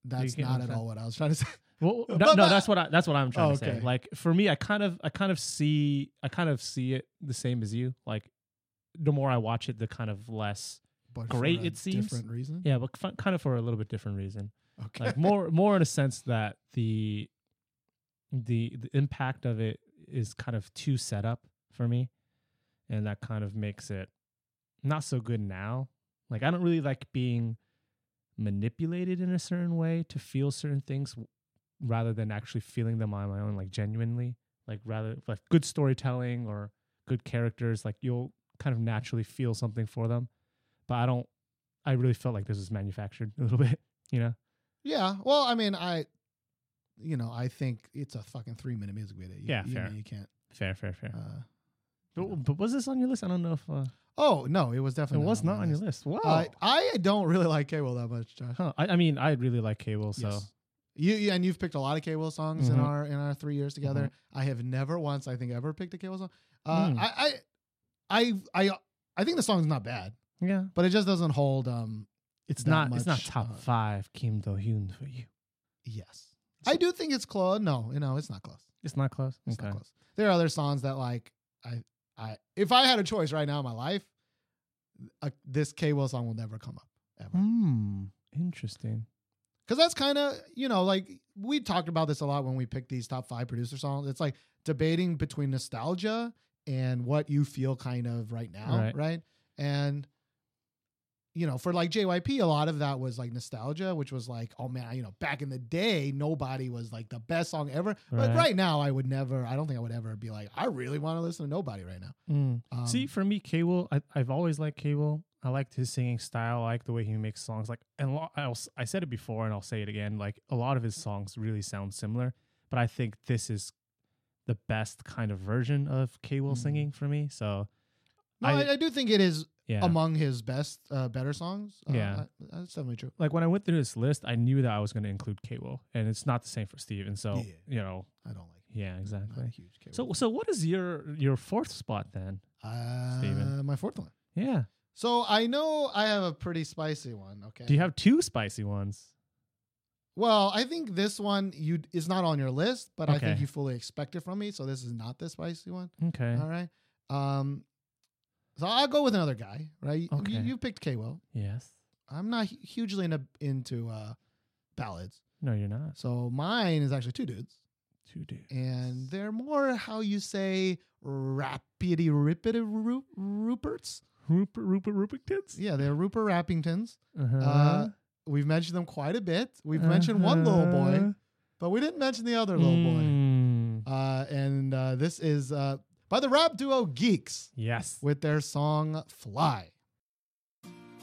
Speaker 1: That's
Speaker 2: get
Speaker 1: not
Speaker 2: what
Speaker 1: at
Speaker 2: I'm
Speaker 1: all what I was trying to [laughs] say.
Speaker 2: Well, no,
Speaker 1: Uh, But-
Speaker 2: no,
Speaker 1: but-
Speaker 2: that's what I, that's what I'm trying to
Speaker 1: Okay.
Speaker 2: say. Like for me, I kind of I kind of see I kind of see it the same as you. Like the more I watch it, the kind of less.
Speaker 1: But
Speaker 2: Great,
Speaker 1: for a
Speaker 2: it seems.
Speaker 1: different reason.
Speaker 2: Yeah, but fun, kind of for a little bit different reason.
Speaker 1: Okay.
Speaker 2: [laughs]
Speaker 1: [laughs]
Speaker 2: Like more more in a sense that the the the impact of it is kind of too set up for me and that kind of makes it not so good now like i don't really like being manipulated in a certain way to feel certain things w- rather than actually feeling them on my own like genuinely like rather like good storytelling or good characters like you'll kind of naturally feel something for them but i don't i really felt like this was manufactured a little [laughs] bit you know
Speaker 1: Yeah. Well, I mean, I, you know, I think it's a fucking three minute music video. You,
Speaker 2: Yeah,
Speaker 1: you,
Speaker 2: fair.
Speaker 1: know, you can't.
Speaker 2: fair fair fair
Speaker 1: Uh,
Speaker 2: but, but was this on your list i don't know if uh,
Speaker 1: oh no, it was
Speaker 2: it
Speaker 1: definitely
Speaker 2: was
Speaker 1: my
Speaker 2: not on your list Oh. wow
Speaker 1: Uh, I don't really like K Will that much, Josh.
Speaker 2: Huh. I, I mean, I really like Cable, [laughs] so
Speaker 1: Yes. You you- and you've picked a lot of K Will songs in
Speaker 2: Mhm.
Speaker 1: our in our three years together. I have never once, I think, ever picked a K Will song. Uh,
Speaker 2: Mm-hmm. Mm.
Speaker 1: I, I I I I think the song's not bad,
Speaker 2: yeah,
Speaker 1: but it just doesn't hold. Um,
Speaker 2: it's
Speaker 1: That
Speaker 2: not it's not
Speaker 1: much,
Speaker 2: top
Speaker 1: uh,
Speaker 2: five Kim Do Hyun for you.
Speaker 1: yes, I do think it's close. No, you know, it's not close.
Speaker 2: It's not close.
Speaker 1: It's not close. There are other songs that like I I if I had a choice right now in my life, uh, this K Will song will never come up ever.
Speaker 2: Hmm. Interesting.
Speaker 1: Because that's kind of you know like we talked about this a lot when we picked these top five producer songs. It's like debating between nostalgia and what you feel kind of right now, right?
Speaker 2: Right.
Speaker 1: And you know, for like JYP, a lot of that was like nostalgia, which was like, oh man, you know, back in the day, nobody was like the best song ever. But
Speaker 2: Right.
Speaker 1: right now, I would never, I don't think I would ever be like, I really want to listen to nobody right now.
Speaker 2: Mm.
Speaker 1: Um,
Speaker 2: See, for me, Cable, I, I've always liked Cable. I liked his singing style. I like the way he makes songs. Like, and lo- I'll, s- I said it before, and I'll say it again. Like, a lot of his songs really sound similar, but I think this is the best kind of version of Cable
Speaker 1: Mm.
Speaker 2: singing for me. So,
Speaker 1: no, I, I do think it is
Speaker 2: yeah,
Speaker 1: among his best, uh, better songs. Uh,
Speaker 2: Yeah.
Speaker 1: that- that's definitely true.
Speaker 2: like when I went through this list, I knew that I was going to include Cable, and it's not the same for Steve. And so,
Speaker 1: Yeah.
Speaker 2: you know,
Speaker 1: I don't like.
Speaker 2: Yeah,
Speaker 1: Not a
Speaker 2: exactly.
Speaker 1: huge K-word.
Speaker 2: So so what is your your fourth spot then?
Speaker 1: uh,
Speaker 2: Steven.
Speaker 1: my fourth one.
Speaker 2: Yeah.
Speaker 1: So I know I have a pretty spicy one. Okay.
Speaker 2: Do you have two spicy ones?
Speaker 1: Well, I think this one you is not on your list, but I think
Speaker 2: Okay.
Speaker 1: you fully expect it from me. So this is not the spicy one.
Speaker 2: Okay.
Speaker 1: All right. Um, so I'll go with another guy. Right. You- You,
Speaker 2: Okay.
Speaker 1: picked Kwell.
Speaker 2: Yes.
Speaker 1: I'm not hu- hugely into into uh, ballads,
Speaker 2: No, you're not.
Speaker 1: so mine is actually two dudes,
Speaker 2: Two dudes.
Speaker 1: and they're more how you say rapidy rippity ru- Ruperts.
Speaker 2: Rupert Rupert Rupert kids?
Speaker 1: Yeah, they're Rupert Rappingtons.
Speaker 2: Uh-huh.
Speaker 1: Uh, we've mentioned them quite a bit. We've mentioned one little boy,
Speaker 2: Uh-huh.
Speaker 1: but we didn't mention the other little boy.
Speaker 2: Mm-hmm. Mm.
Speaker 1: Uh, and uh, this is uh, by the rap duo Geeks
Speaker 2: Yes.
Speaker 1: with their song Fly.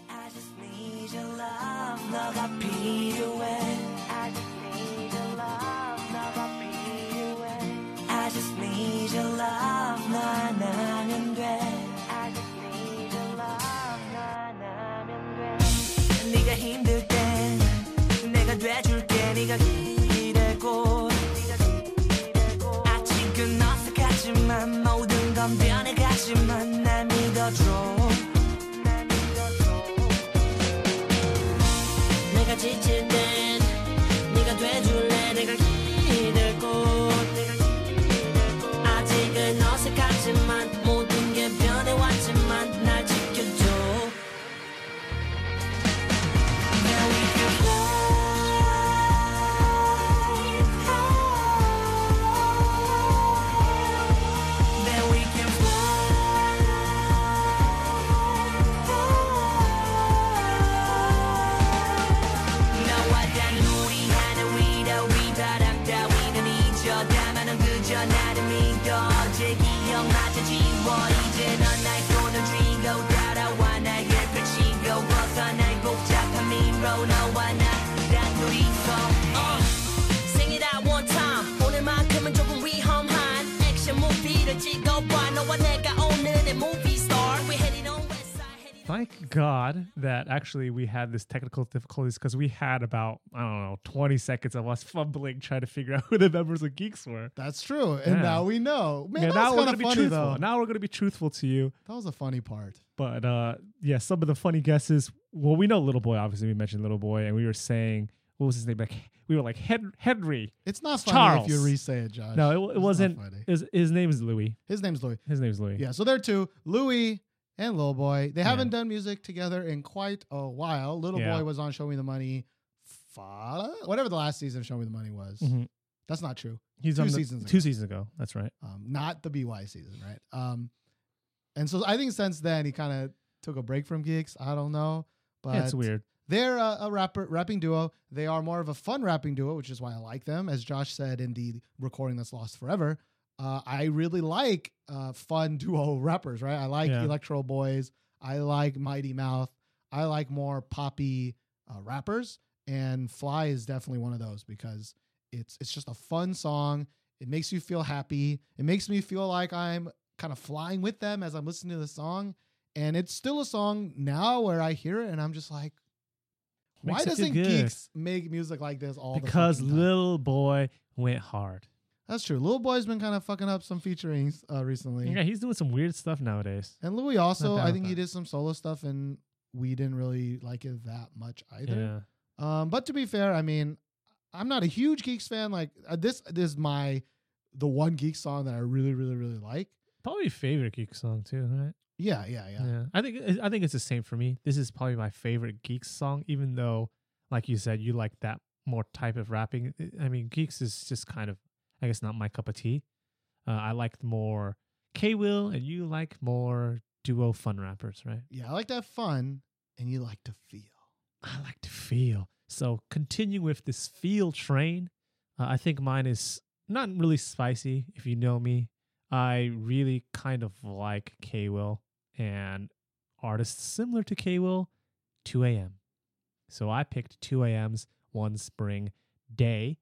Speaker 3: I just need your love, 너가 필요해. I just need your love, 너가 필요해. I just need your love, 난 하면 돼. I just need your love, 난 하면 돼. 네가 힘들 땐 내가 돼줄게. 네가 기대고. 아직은 어색하지만 모든 건 변해가지만 날 믿어줘. 내가 지칠 땐 네가 돼줄래 내가 기댈 곳 아직은 어색하지만 모든 게 변해왔지만 날 지켜줘 Now we can fly high. Then we can 너와 단 우리 하늘 위로 위바람다 위는 잊어다 마는 그저 나를 믿어 어제 기억마저 지워 이제 넌날 손을 쥐고 따라와 날예펼치고 벗어날 복잡한 미로 너와 나 단둘이서 uh. Sing it out one time 오늘만큼은 조금 위험한 액션 무비를 찍어봐 너와 내가 오늘의 movie star We're heading on west side heading
Speaker 2: Thank God that actually we had this technical difficulties because we had about, I don't know, 20 seconds of us fumbling trying to figure out who the members of Geeks were.
Speaker 1: That's true, and
Speaker 2: Yeah.
Speaker 1: now we know. Man,
Speaker 2: Yeah,
Speaker 1: that
Speaker 2: now
Speaker 1: was kind
Speaker 2: we're gonna
Speaker 1: of
Speaker 2: be
Speaker 1: funny
Speaker 2: truthful.
Speaker 1: though.
Speaker 2: Now we're going to be truthful to you.
Speaker 1: That was a funny part.
Speaker 2: But uh, yeah, some of the funny guesses. Well, we know Little Boy, obviously, we mentioned Little Boy, and we were saying, what was his name? Like, we were like, Hen- Henry.
Speaker 1: It's not
Speaker 2: It's
Speaker 1: funny if you
Speaker 2: Charles.
Speaker 1: re-say it, Josh.
Speaker 2: No, it, w-
Speaker 1: It's
Speaker 2: it
Speaker 1: not
Speaker 2: wasn't.
Speaker 1: funny.
Speaker 2: His, his name is Louis.
Speaker 1: His name's Louis.
Speaker 2: His name is Louis.
Speaker 1: Yeah, so they're two, Louis and Little Boy. They haven't done music together in quite a while. Little
Speaker 2: Yeah.
Speaker 1: Boy was on Show Me the Money, fa- whatever the last season of Show Me the Money was.
Speaker 2: Mhm.
Speaker 1: That's not true.
Speaker 2: He's
Speaker 1: Two
Speaker 2: on the-
Speaker 1: seasons
Speaker 2: Two
Speaker 1: ago.
Speaker 2: seasons ago. That's right.
Speaker 1: Um, not the BY season, right? Um, and so I think since then he kind of took a break from gigs. I don't know, but
Speaker 2: yeah, it's weird.
Speaker 1: They're a, a rapper rapping duo. They are more of a fun rapping duo, which is why I like them. As Josh said in the recording that's lost forever, uh, I really like uh, fun [laughs] duo rappers. Right? I like
Speaker 2: Yeah.
Speaker 1: Electro Boys. I like Mighty Mouth. I like more poppy uh, rappers, and Fly is definitely one of those because it's it's just a fun song. It makes you feel happy. It makes me feel like I'm kind of flying with them as I'm listening to the song. And it's still a song now where I hear it and I'm just like, why
Speaker 2: Makes you feel
Speaker 1: doesn't
Speaker 2: good.
Speaker 1: geeks make music like this all
Speaker 2: Because
Speaker 1: the fucking time?
Speaker 2: Little Boy went hard.
Speaker 1: That's true. Lil Boy's been kind of fucking up some featurings uh, recently.
Speaker 2: Yeah, he's doing some weird stuff nowadays.
Speaker 1: And Louis also,
Speaker 2: Not bad
Speaker 1: I
Speaker 2: with
Speaker 1: think he
Speaker 2: that.
Speaker 1: did some solo stuff and we didn't really like it that much either.
Speaker 2: Yeah.
Speaker 1: Um, but to be fair, I mean, I'm not a huge Geeks fan. Like uh, this, this is my the one Geeks song that I really, really, really like.
Speaker 2: Probably your favorite geek song too, right?
Speaker 1: Yeah, yeah, yeah.
Speaker 2: I think I think it's the same for me. This is probably my favorite geek song, even though, like you said, you like that more type of rapping. I- I mean, geeks is just kind of, I guess, not my cup of tea. Uh, I like more K Will, and you like more duo fun rappers, right?
Speaker 1: Yeah, I like to have fun and you like to feel.
Speaker 2: I like to feel. So continue with this feel train. Uh, I think mine is not really spicy. If you know me, I really kind of like K Will and artists similar to K Will, 2 a.m. So I picked 2 a.m.'s One Spring Day.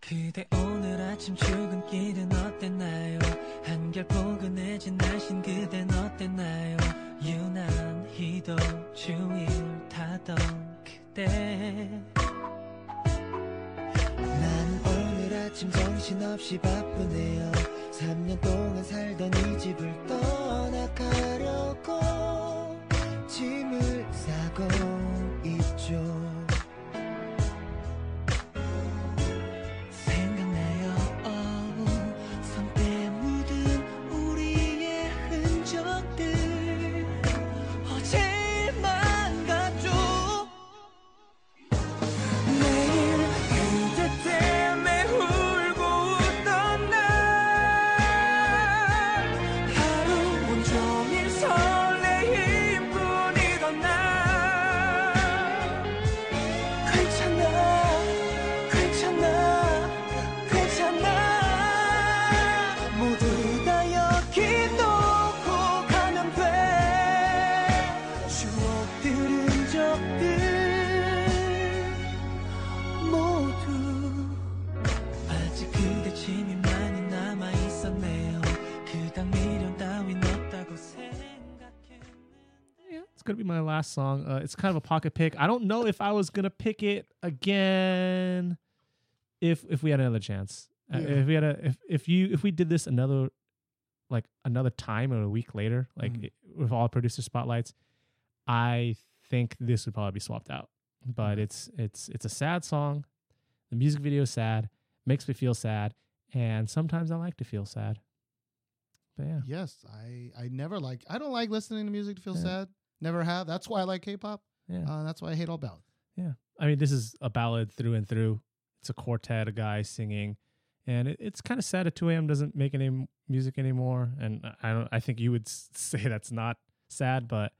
Speaker 5: 그대 오늘
Speaker 3: 아침 출근길은 어땠나요 한결 포근해진 날씬 그댄 어땠나요 유난히도 주일 타던 그대
Speaker 6: 난 오늘 아침 정신없이 바쁘네요 3년 동안 살던 이 집을 떠나가려고 짐을 싸고 있죠
Speaker 3: 생각나요 어우 손때 묻은 우리의 흔적들 어제만 같죠 매일 그대 때문에 울고 웃던 날 하루 온종일 설레임뿐이던 날 괜찮아 괜찮아 괜찮아 모두 다 여기 놓고 가면 돼 추억들은 적들 모두 아직 그대 짐이 많이 남아 있었네요 그닥 미련 따윈 없다고 생각했는데
Speaker 2: Yeah, it's gonna be my last song. Uh, it's kind of a pocket pick. I don't know if I was gonna pick it again, if if we had another chance. Uh,
Speaker 1: Yeah.
Speaker 2: if we had a if if you if we did this another, like another time or a week later, like
Speaker 1: Mhm.
Speaker 2: it- with all producer spotlights, I think this would probably be swapped out. But it's it's it's a sad song. The music video is sad. Makes me feel sad, and sometimes I like to feel sad. But yeah,
Speaker 1: Yes, I I never like I don't like listening to music to feel
Speaker 2: Yeah.
Speaker 1: sad. Never have. That's why I like K-pop.
Speaker 2: yeah.
Speaker 1: Uh, that's why I hate all ballads.
Speaker 2: I mean, this is a ballad through and through. It's a quartet of guys singing, and it, it's kind of sad that 2 a.m. doesn't make any m- music anymore. And I- I don't. I think you would [laughs] s- say that's not sad, but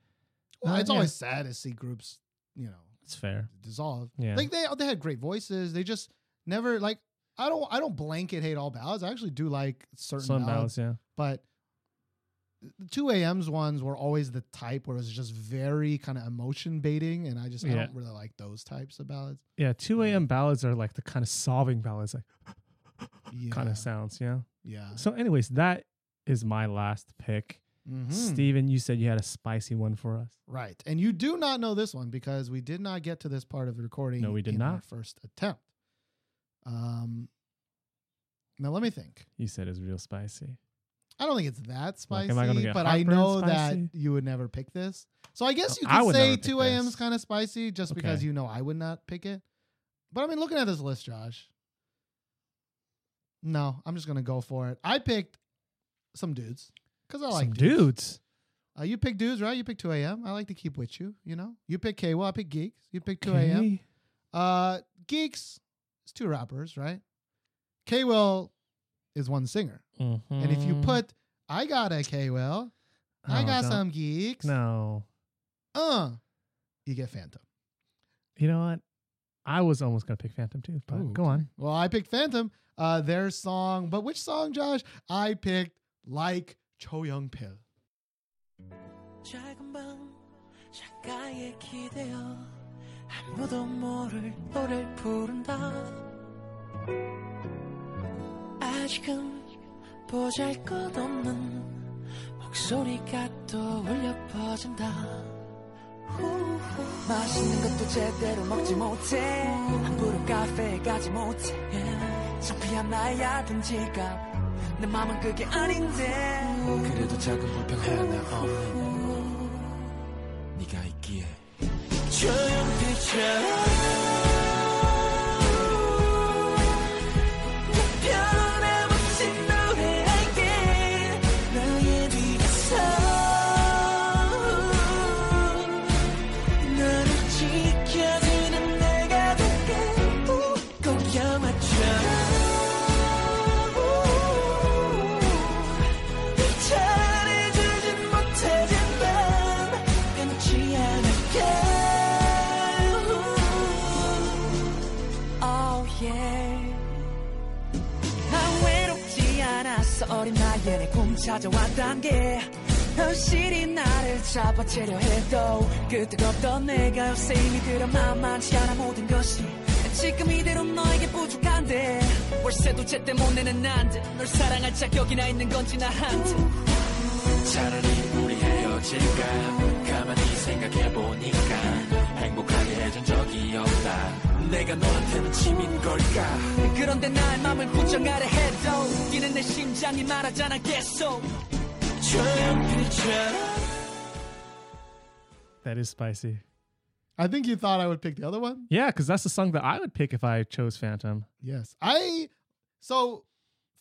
Speaker 1: Well,
Speaker 2: Uh,
Speaker 1: it's
Speaker 2: yeah.
Speaker 1: always sad to see groups, you know,
Speaker 2: it's fair.
Speaker 1: dissolve.
Speaker 2: Yeah.
Speaker 1: Like they they had great voices. They just never like I don't I don't blanket hate all ballads. I actually do like certain
Speaker 2: Some
Speaker 1: ballads,
Speaker 2: balance, yeah.
Speaker 1: but the 2 a.m.'s ones were always the type where it was just very kind of emotion baiting and I just I
Speaker 2: Yeah.
Speaker 1: don't really like those types of ballads.
Speaker 2: Yeah, 2 a.m. ballads are like the kind of sobbing ballads, like
Speaker 1: Yeah.
Speaker 2: kind of sounds, yeah.
Speaker 1: Yeah.
Speaker 2: So, anyways, that is my last pick.
Speaker 1: Mhm.
Speaker 2: Steven, you said you had a spicy one for us.
Speaker 1: Right. And you do not know this one because we did not get to this part of the recording.
Speaker 2: No, we did
Speaker 1: in Our
Speaker 2: not.
Speaker 1: first attempt. Um, now let me think.
Speaker 2: You said it was real spicy.
Speaker 1: I don't think it's that
Speaker 2: Like,
Speaker 1: spicy,
Speaker 2: am I gonna get
Speaker 1: but I
Speaker 2: heartburn
Speaker 1: know
Speaker 2: spicy?
Speaker 1: that you would never pick this. So I guess
Speaker 2: Oh,
Speaker 1: you
Speaker 2: I
Speaker 1: could
Speaker 2: would
Speaker 1: say
Speaker 2: never pick
Speaker 1: 2 a.m. is
Speaker 2: this.
Speaker 1: kind of spicy just because
Speaker 2: Okay.
Speaker 1: you know I would not pick it. But I mean, looking at this list, Josh, no, I'm just going to go for it. I picked some dudes because I like
Speaker 2: Some dudes.
Speaker 1: Uh, you pick dudes, right? You pick 2 a.m. I like to keep with you, you know? You pick K. Well, I pick geeks. You pick 2 a.m.
Speaker 2: Okay.
Speaker 1: Uh, geeks, it's two rappers, right? K. Will is one singer, and if you
Speaker 2: Mhm.
Speaker 1: put I got a K. Will, I
Speaker 2: Oh,
Speaker 1: got
Speaker 2: don't-
Speaker 1: some geeks,
Speaker 2: No.
Speaker 1: uh, you get Phantom.
Speaker 2: You know what? I was almost gonna pick Phantom too, but
Speaker 1: Ooh,
Speaker 2: go on.
Speaker 1: Well, I picked Phantom, uh, their song, but which song, Josh? I picked like Cho Young Pil.
Speaker 3: 작은 밤 창가에 기대어 아무도 모를 노래를 부른다 아직은 보잘것없는 목소리가 또 울려 퍼진다 후후. 맛있는 것도 제대로 먹지 못해 함부로 카페에 가지 못해 창피한 나야 등지갑 내 맘은 그게 아닌데
Speaker 7: 그래도 작은 불평 하나 어. 없는 네가 있기에 조용필처럼
Speaker 3: 그 변함없이 노래할게 너의 뒤에서 너를 지켜주는 내가 될게 꼭 영화처럼 잘해주진 못하지만 끊지 않을게 Oh yeah 난 외롭지 않았어 어린 나이에 내 꿈 찾아왔단 게 현실이 나를 잡아채려 해도 그 뜨겁던 내가 요새 이미 드러나 많지 않아 모든 것이
Speaker 8: 지금 이대로 너에게 부족한데 월세도 제때 못 내는 난데 널 사랑할 자격이나 있는 건지 나한테
Speaker 9: 차라리 우리 헤어질까 가만히 생각해보니까 행복하게 해준 적이 없다 내가 너한테는 짐인 걸까
Speaker 8: 그런데 나의 맘을 부정하려 해도 뛰는 내 심장이 말하잖아 계속
Speaker 9: 조용필처럼
Speaker 2: That is spicy.
Speaker 1: I think you thought I would pick the other one.
Speaker 2: Yeah, because that's the song that I would pick if I chose Phantom.
Speaker 1: Yes. I so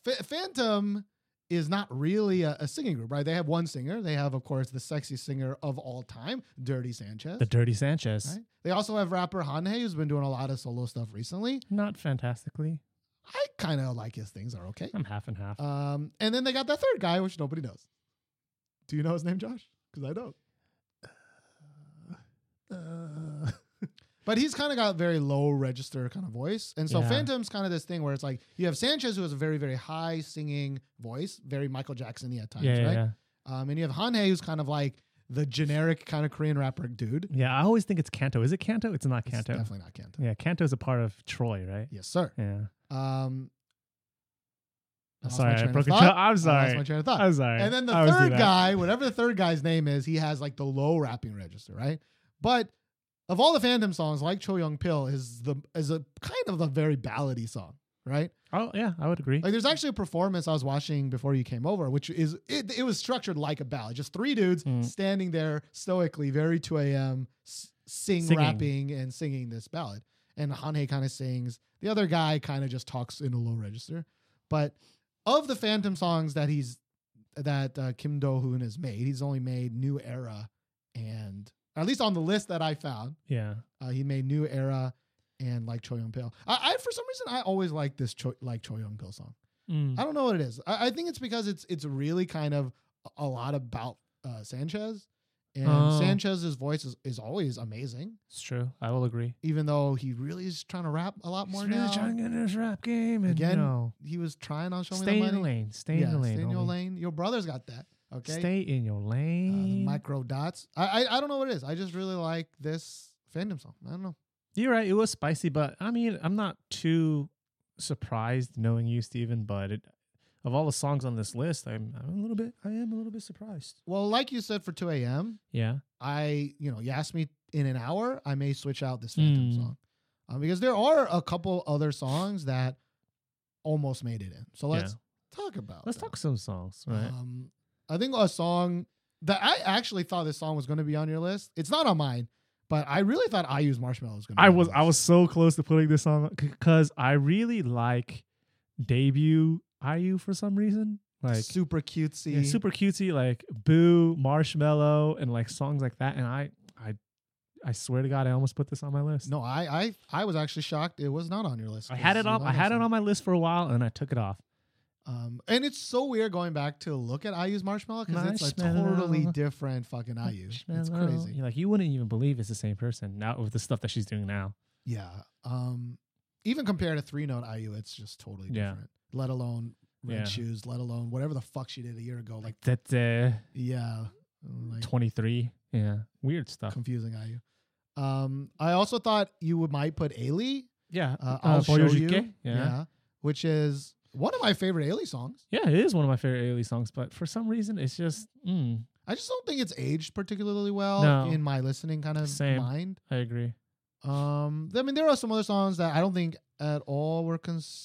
Speaker 1: Ph- Phantom is not really a, a singing group, right? They have one singer. They have, of course, the sexiest singer of all time, Dirty Sanchez.
Speaker 2: The Dirty Sanchez.
Speaker 1: right? They also have rapper Hanhei, who's been doing a lot of solo stuff recently.
Speaker 2: Not fantastically.
Speaker 1: I kind of like his things are okay.
Speaker 2: I'm half and half.
Speaker 1: Um, and then they got that third guy, which nobody knows. Do you know his name, Josh? Because I don't.
Speaker 2: Uh, [laughs]
Speaker 1: but he's kind of got very low register kind of voice. And so
Speaker 2: Yeah.
Speaker 1: Phantom's kind of this thing where it's like you have Sanchez, who has a very, very high singing voice, very Michael Jackson y at times,
Speaker 2: yeah, yeah,
Speaker 1: right?
Speaker 2: yeah.
Speaker 1: Um, and you have Hanhae, who's kind of like the generic kind of Korean rapper dude.
Speaker 2: Yeah, I always think it's Kanto. Is it Kanto? It's not
Speaker 1: It's
Speaker 2: Kanto.
Speaker 1: definitely not Kanto.
Speaker 2: yeah, Kanto's a part of Troy, right?
Speaker 1: Yes, sir.
Speaker 2: Yeah.
Speaker 1: Um, I lost my
Speaker 2: sorry, I
Speaker 1: train of
Speaker 2: broke a
Speaker 1: thought.
Speaker 2: tra- I'm
Speaker 1: I lost
Speaker 2: sorry.
Speaker 1: my train of thought.
Speaker 2: I'm sorry.
Speaker 1: And then the
Speaker 2: I always do
Speaker 1: third
Speaker 2: that.
Speaker 1: guy, whatever the third guy's name is, he has like the low rapping register, right? But of all the Phantom songs, like Cho Young Pil is the is a kind of a very ballady song, right?
Speaker 2: Oh yeah, I would agree.
Speaker 1: Like there's actually a performance I was watching before you came over, which is it, it was structured like a ballad, just three dudes
Speaker 2: Mm.
Speaker 1: standing there stoically, very 2 a.m. s- sing
Speaker 2: Singing.
Speaker 1: rapping and singing this ballad, and Hanhei kind of sings. The other guy kind of just talks in a low register, but of the Phantom songs that he's that uh, Kim Do Hoon has made, he's only made New Era, and at least on the list that I found,
Speaker 2: yeah.
Speaker 1: uh, he made New Era and like Cho Young Pil. I, I for some reason I always like this Cho, like Cho Young Pil song.
Speaker 2: Mm.
Speaker 1: I don't know what it is. I, I think it's because it's it's really kind of a lot about uh, Sanchez, and
Speaker 2: Oh.
Speaker 1: Sanchez's voice is, is always amazing,
Speaker 2: It's true. I will agree.
Speaker 1: even though he really is trying to rap a lot more
Speaker 2: He's really
Speaker 1: now.
Speaker 2: trying to get in this rap game and
Speaker 1: Again,
Speaker 2: you know,
Speaker 1: he was trying on Show Me
Speaker 2: stay
Speaker 1: the
Speaker 2: in the
Speaker 1: Money.
Speaker 2: lane. Stay in the lane.
Speaker 1: stay in your
Speaker 2: homie.
Speaker 1: lane. Your brother's got that. Okay,
Speaker 2: Stay in your
Speaker 1: Uh, the
Speaker 2: lane.
Speaker 1: micro dots. I, I I don't know what it is. I just really like this fandom song. I don't know.
Speaker 2: You're right. It was spicy, but I mean, I'm not too surprised knowing you, Steven, but it, of all the songs on this list, I'm, I'm a little bit I am a little bit surprised. Uh,
Speaker 1: Well, like you said for two a.m.
Speaker 2: Yeah.
Speaker 1: I, you know, you ask me in an hour, I may switch out this Phantom
Speaker 2: Mm.
Speaker 1: song. Um, because there are a couple other songs that almost made it in. So let's talk about
Speaker 2: Let's
Speaker 1: them.
Speaker 2: talk some songs, right?
Speaker 1: Um, I think a song that I actually thought this song was going to be on your list. It's not on mine, but I really thought I Use Marshmallow was going to be
Speaker 2: I
Speaker 1: on
Speaker 2: was
Speaker 1: your
Speaker 2: I
Speaker 1: list.
Speaker 2: was so close to putting this on because I really like debut IU for some reason. Like
Speaker 1: super cutesy.
Speaker 2: yeah, super cutesy, like Boo, Marshmallow, and like songs like that. And I I I swear to God, I almost put this on my list.
Speaker 1: No, I, I I was actually shocked it was not on your list.
Speaker 2: I had it on I had it on my list for a while and I took it off.
Speaker 1: Um, and it's so weird going back to look at I Use Marshmallow because it's a
Speaker 2: Marshmallow.
Speaker 1: totally different fucking IU. It's
Speaker 2: Marshmallow.
Speaker 1: crazy.
Speaker 2: You're like you wouldn't even believe it's the same person now with the stuff that she's doing now.
Speaker 1: Yeah. Um, even compared to three note IU, it's just totally
Speaker 2: Yeah.
Speaker 1: different. Let alone red
Speaker 2: Yeah.
Speaker 1: shoes. Let alone whatever the fuck she did a year ago. Like
Speaker 2: That uh,
Speaker 1: yeah, like
Speaker 2: 23. Yeah, weird stuff.
Speaker 1: confusing IU. Um, I also thought you would might put Ailey.
Speaker 2: Yeah,
Speaker 1: Uh, I'll show you.
Speaker 2: Boyojuke. yeah,
Speaker 1: which is one of my favorite Ailey songs.
Speaker 2: Yeah, it is one of my favorite Ailey songs, but for some reason it's just mm,
Speaker 1: I just don't think it's aged particularly well
Speaker 2: No.
Speaker 1: in my listening kind of
Speaker 2: Same.
Speaker 1: mind.
Speaker 2: I agree.
Speaker 1: Um, I mean, there are some other songs that I don't think at all were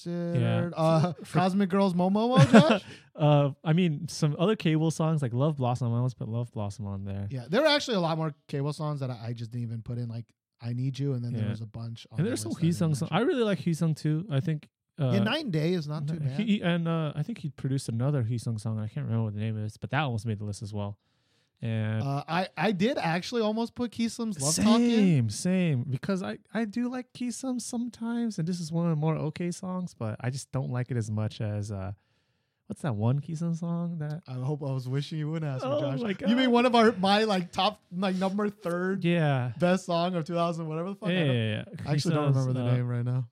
Speaker 1: considered. Uh,
Speaker 2: For-
Speaker 1: [laughs] Cosmic Girls, Momo, Josh.
Speaker 2: [laughs] uh, I mean, some other Cable songs like Love Blossom. I almost put Love Blossom on there.
Speaker 1: Yeah, there are actually a lot more cable songs that I, I just didn't even put in. Like I need you, and then there
Speaker 2: Yeah.
Speaker 1: was a bunch. On
Speaker 2: and there's
Speaker 1: the
Speaker 2: some
Speaker 1: list that I
Speaker 2: Hyesung
Speaker 1: didn't
Speaker 2: songs. I
Speaker 1: mention.
Speaker 2: really like Hyesung too. I think. Uh,
Speaker 1: yeah, Night and Day is not too
Speaker 2: he-
Speaker 1: bad.
Speaker 2: He, and uh, I think he produced another Hyesung song. I can't remember what the name is, but that almost made the list as well. And
Speaker 1: uh, I I did actually almost put Keesum's Love
Speaker 2: same,
Speaker 1: Talking.
Speaker 2: same, because I I do like Keesum sometimes, and this is one of the more okay songs, but I just don't like it as much as uh, what's that one Keesum song that
Speaker 1: I hope I was wishing you wouldn't ask me,
Speaker 2: Oh
Speaker 1: Josh.
Speaker 2: my
Speaker 1: You mean
Speaker 2: God.
Speaker 1: one of our my like top like number third
Speaker 2: yeah.
Speaker 1: best song of 2000 whatever the fuck. I
Speaker 2: Yeah,
Speaker 1: don't-
Speaker 2: yeah, yeah.
Speaker 1: I actually don't
Speaker 2: Keesum's,
Speaker 1: remember the
Speaker 2: uh,
Speaker 1: name right now.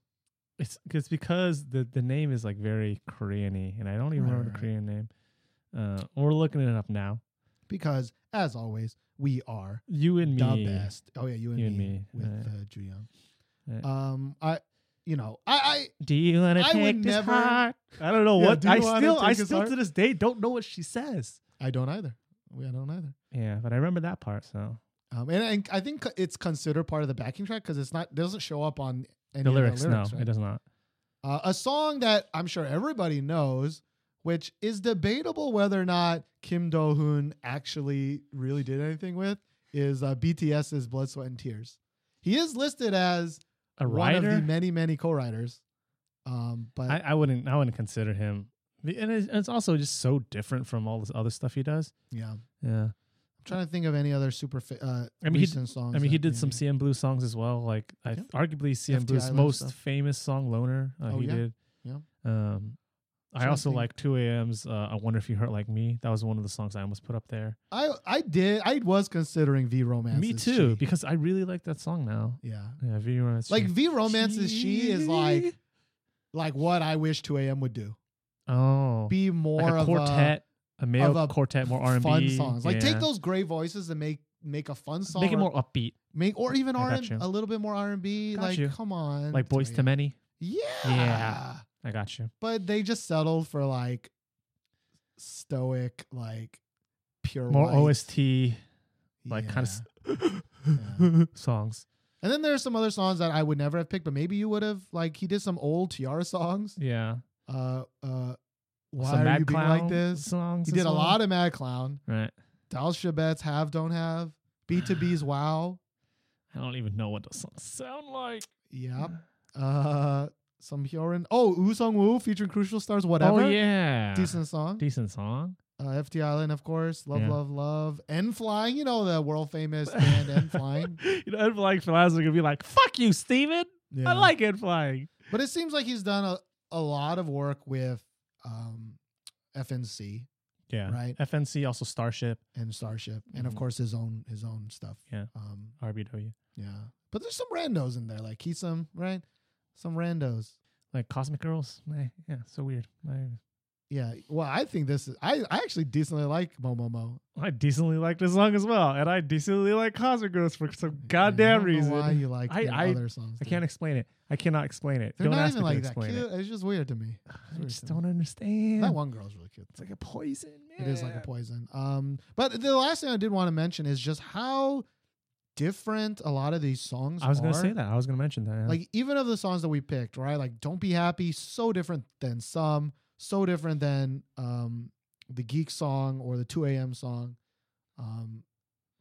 Speaker 2: It's, it's because the, the name is like very Korean-y, and I don't even
Speaker 1: Right,
Speaker 2: remember
Speaker 1: right,
Speaker 2: the Korean name. Uh, we're looking it up now.
Speaker 1: Because as always, we are
Speaker 2: You and
Speaker 1: the
Speaker 2: me.
Speaker 1: best. Oh yeah, you and,
Speaker 2: You
Speaker 1: me,
Speaker 2: and me,
Speaker 1: with
Speaker 2: right.
Speaker 1: uh, Ju Young.
Speaker 2: Right.
Speaker 1: Um, I you know, I,
Speaker 2: Do you want to
Speaker 1: I
Speaker 2: take
Speaker 1: would
Speaker 2: this
Speaker 1: never-
Speaker 2: heart? I don't know
Speaker 1: Yeah,
Speaker 2: what.
Speaker 1: do you
Speaker 2: I
Speaker 1: wanna
Speaker 2: still, I
Speaker 1: take his
Speaker 2: still
Speaker 1: heart?
Speaker 2: to this day don't know what she says.
Speaker 1: I, I don't either. We I don't either.
Speaker 2: Yeah, but I remember that part. So
Speaker 1: Um, and, and I think it's considered part of the backing track because it's not doesn't show up on any
Speaker 2: the
Speaker 1: of
Speaker 2: lyrics,
Speaker 1: The lyrics
Speaker 2: no,
Speaker 1: right?
Speaker 2: it does not.
Speaker 1: Uh, a song that I'm sure everybody knows, which is debatable whether or not Kim Do Hoon actually really did anything with, is uh, BTS's Blood, Sweat, and Tears. He is listed as
Speaker 2: A
Speaker 1: one of the
Speaker 2: writer.
Speaker 1: many, many co writers. Um, but
Speaker 2: I, I wouldn't. I wouldn't consider him. And it's, it's also just so different from all this other stuff he does.
Speaker 1: yeah, I'm
Speaker 2: Yeah.
Speaker 1: trying to think of any other super fa- uh,
Speaker 2: I mean, he
Speaker 1: recent songs.
Speaker 2: I mean, he
Speaker 1: that
Speaker 2: did some
Speaker 1: maybe-
Speaker 2: CM Blue songs as well. Like, I,
Speaker 1: Yeah.
Speaker 2: arguably CM
Speaker 1: FTI
Speaker 2: Blue's
Speaker 1: Love
Speaker 2: most
Speaker 1: stuff.
Speaker 2: famous song, "Loner." Uh,
Speaker 1: Oh,
Speaker 2: he
Speaker 1: yeah.
Speaker 2: did.
Speaker 1: Yeah.
Speaker 2: Um, I
Speaker 1: Trying to
Speaker 2: also
Speaker 1: think.
Speaker 2: like 2 AM's uh, "I Wonder If You Hurt Like Me." That was one of the songs I almost put up there.
Speaker 1: I I did. I was considering V Romance.
Speaker 2: Me
Speaker 1: is
Speaker 2: too,
Speaker 1: She.
Speaker 2: because I really like that song now.
Speaker 1: Yeah,
Speaker 2: Yeah, V Romance.
Speaker 1: like V Romance is she is like like what I wish 2AM would do.
Speaker 2: oh,
Speaker 1: Be more
Speaker 2: like a
Speaker 1: of
Speaker 2: quartet, a, male
Speaker 1: of a
Speaker 2: quartet, more R and B
Speaker 1: fun songs. Like take those gray voices and make make a fun song.
Speaker 2: make it
Speaker 1: or
Speaker 2: more upbeat,
Speaker 1: make or even
Speaker 2: I
Speaker 1: R
Speaker 2: got
Speaker 1: and
Speaker 2: you.
Speaker 1: a little bit more R and B.
Speaker 2: Got
Speaker 1: Like
Speaker 2: you.
Speaker 1: come on,
Speaker 2: like Boys
Speaker 1: Zoe.
Speaker 2: to Many.
Speaker 1: Yeah.
Speaker 2: Yeah. I got you.
Speaker 1: but they just settled for like stoic, like pure
Speaker 2: More
Speaker 1: white.
Speaker 2: OST, like
Speaker 1: Yeah.
Speaker 2: kind
Speaker 1: [laughs]
Speaker 2: of songs.
Speaker 1: And then there are some other songs that I would never have picked, but maybe you would have. Like he did some old Tiara songs.
Speaker 2: Yeah.
Speaker 1: Uh, uh, why
Speaker 2: Some
Speaker 1: are
Speaker 2: Mad
Speaker 1: you being
Speaker 2: Clown
Speaker 1: like this?
Speaker 2: Songs.
Speaker 1: He did a lot of Mad Clown.
Speaker 2: Right.
Speaker 1: Dal Shabet's Have Don't Have.
Speaker 2: [sighs]
Speaker 1: B2B's Wow.
Speaker 2: I don't even know what those songs sound like.
Speaker 1: Yep. Uh, some Hyorin. Oh, Woo Sung Woo featuring Crucial Stars. Whatever.
Speaker 2: Oh yeah.
Speaker 1: Decent song.
Speaker 2: Decent song. [laughs]
Speaker 1: Uh, FT Island, of course. Love,
Speaker 2: Yeah.
Speaker 1: love, love. N Flying. You know the world famous band
Speaker 2: [laughs]
Speaker 1: N Flying.
Speaker 2: you know, Ed Flying Philas is gonna be like, "Fuck you, Steven.
Speaker 1: Yeah.
Speaker 2: I like Ed Flying."
Speaker 1: But it seems like he's done a, a lot of work with um, FNC
Speaker 2: Yeah.
Speaker 1: Right.
Speaker 2: FNC also Starship
Speaker 1: and Starship, and of
Speaker 2: Mhm.
Speaker 1: course his own his own stuff.
Speaker 2: Yeah.
Speaker 1: Um,
Speaker 2: RBW.
Speaker 1: yeah. But there's some randos in there, like he's some right, some randos.
Speaker 2: Like Cosmic Girls. Eh, yeah. So weird. I,
Speaker 1: Yeah. Well, I think this is I, I actually decently like Momomo.
Speaker 2: I decently like this song as well, and I decently like Cosmic Girls for some
Speaker 1: I don't
Speaker 2: goddamn
Speaker 1: know
Speaker 2: reason.
Speaker 1: Why you like
Speaker 2: I-
Speaker 1: the
Speaker 2: I-
Speaker 1: other songs?
Speaker 2: I can't explain it. I cannot explain it.
Speaker 1: They're
Speaker 2: don't
Speaker 1: not
Speaker 2: ask
Speaker 1: even
Speaker 2: me to
Speaker 1: like that
Speaker 2: explain
Speaker 1: cute.
Speaker 2: it.
Speaker 1: It's just weird to me. It's
Speaker 2: [sighs] I
Speaker 1: weird
Speaker 2: just
Speaker 1: to me.
Speaker 2: don't understand.
Speaker 1: That one girl's really cute.
Speaker 2: It's like a poison.
Speaker 1: It is like a poison. Um, but the last thing I did want to mention is just how different a lot of these songs.
Speaker 2: I was gonna
Speaker 1: are.
Speaker 2: say that. I was gonna mention that. yeah.
Speaker 1: Like even of the songs that we picked, right? Like "Don't Be Happy" so different than some, so different than um the Geek song or the 2 A.M. song. Um,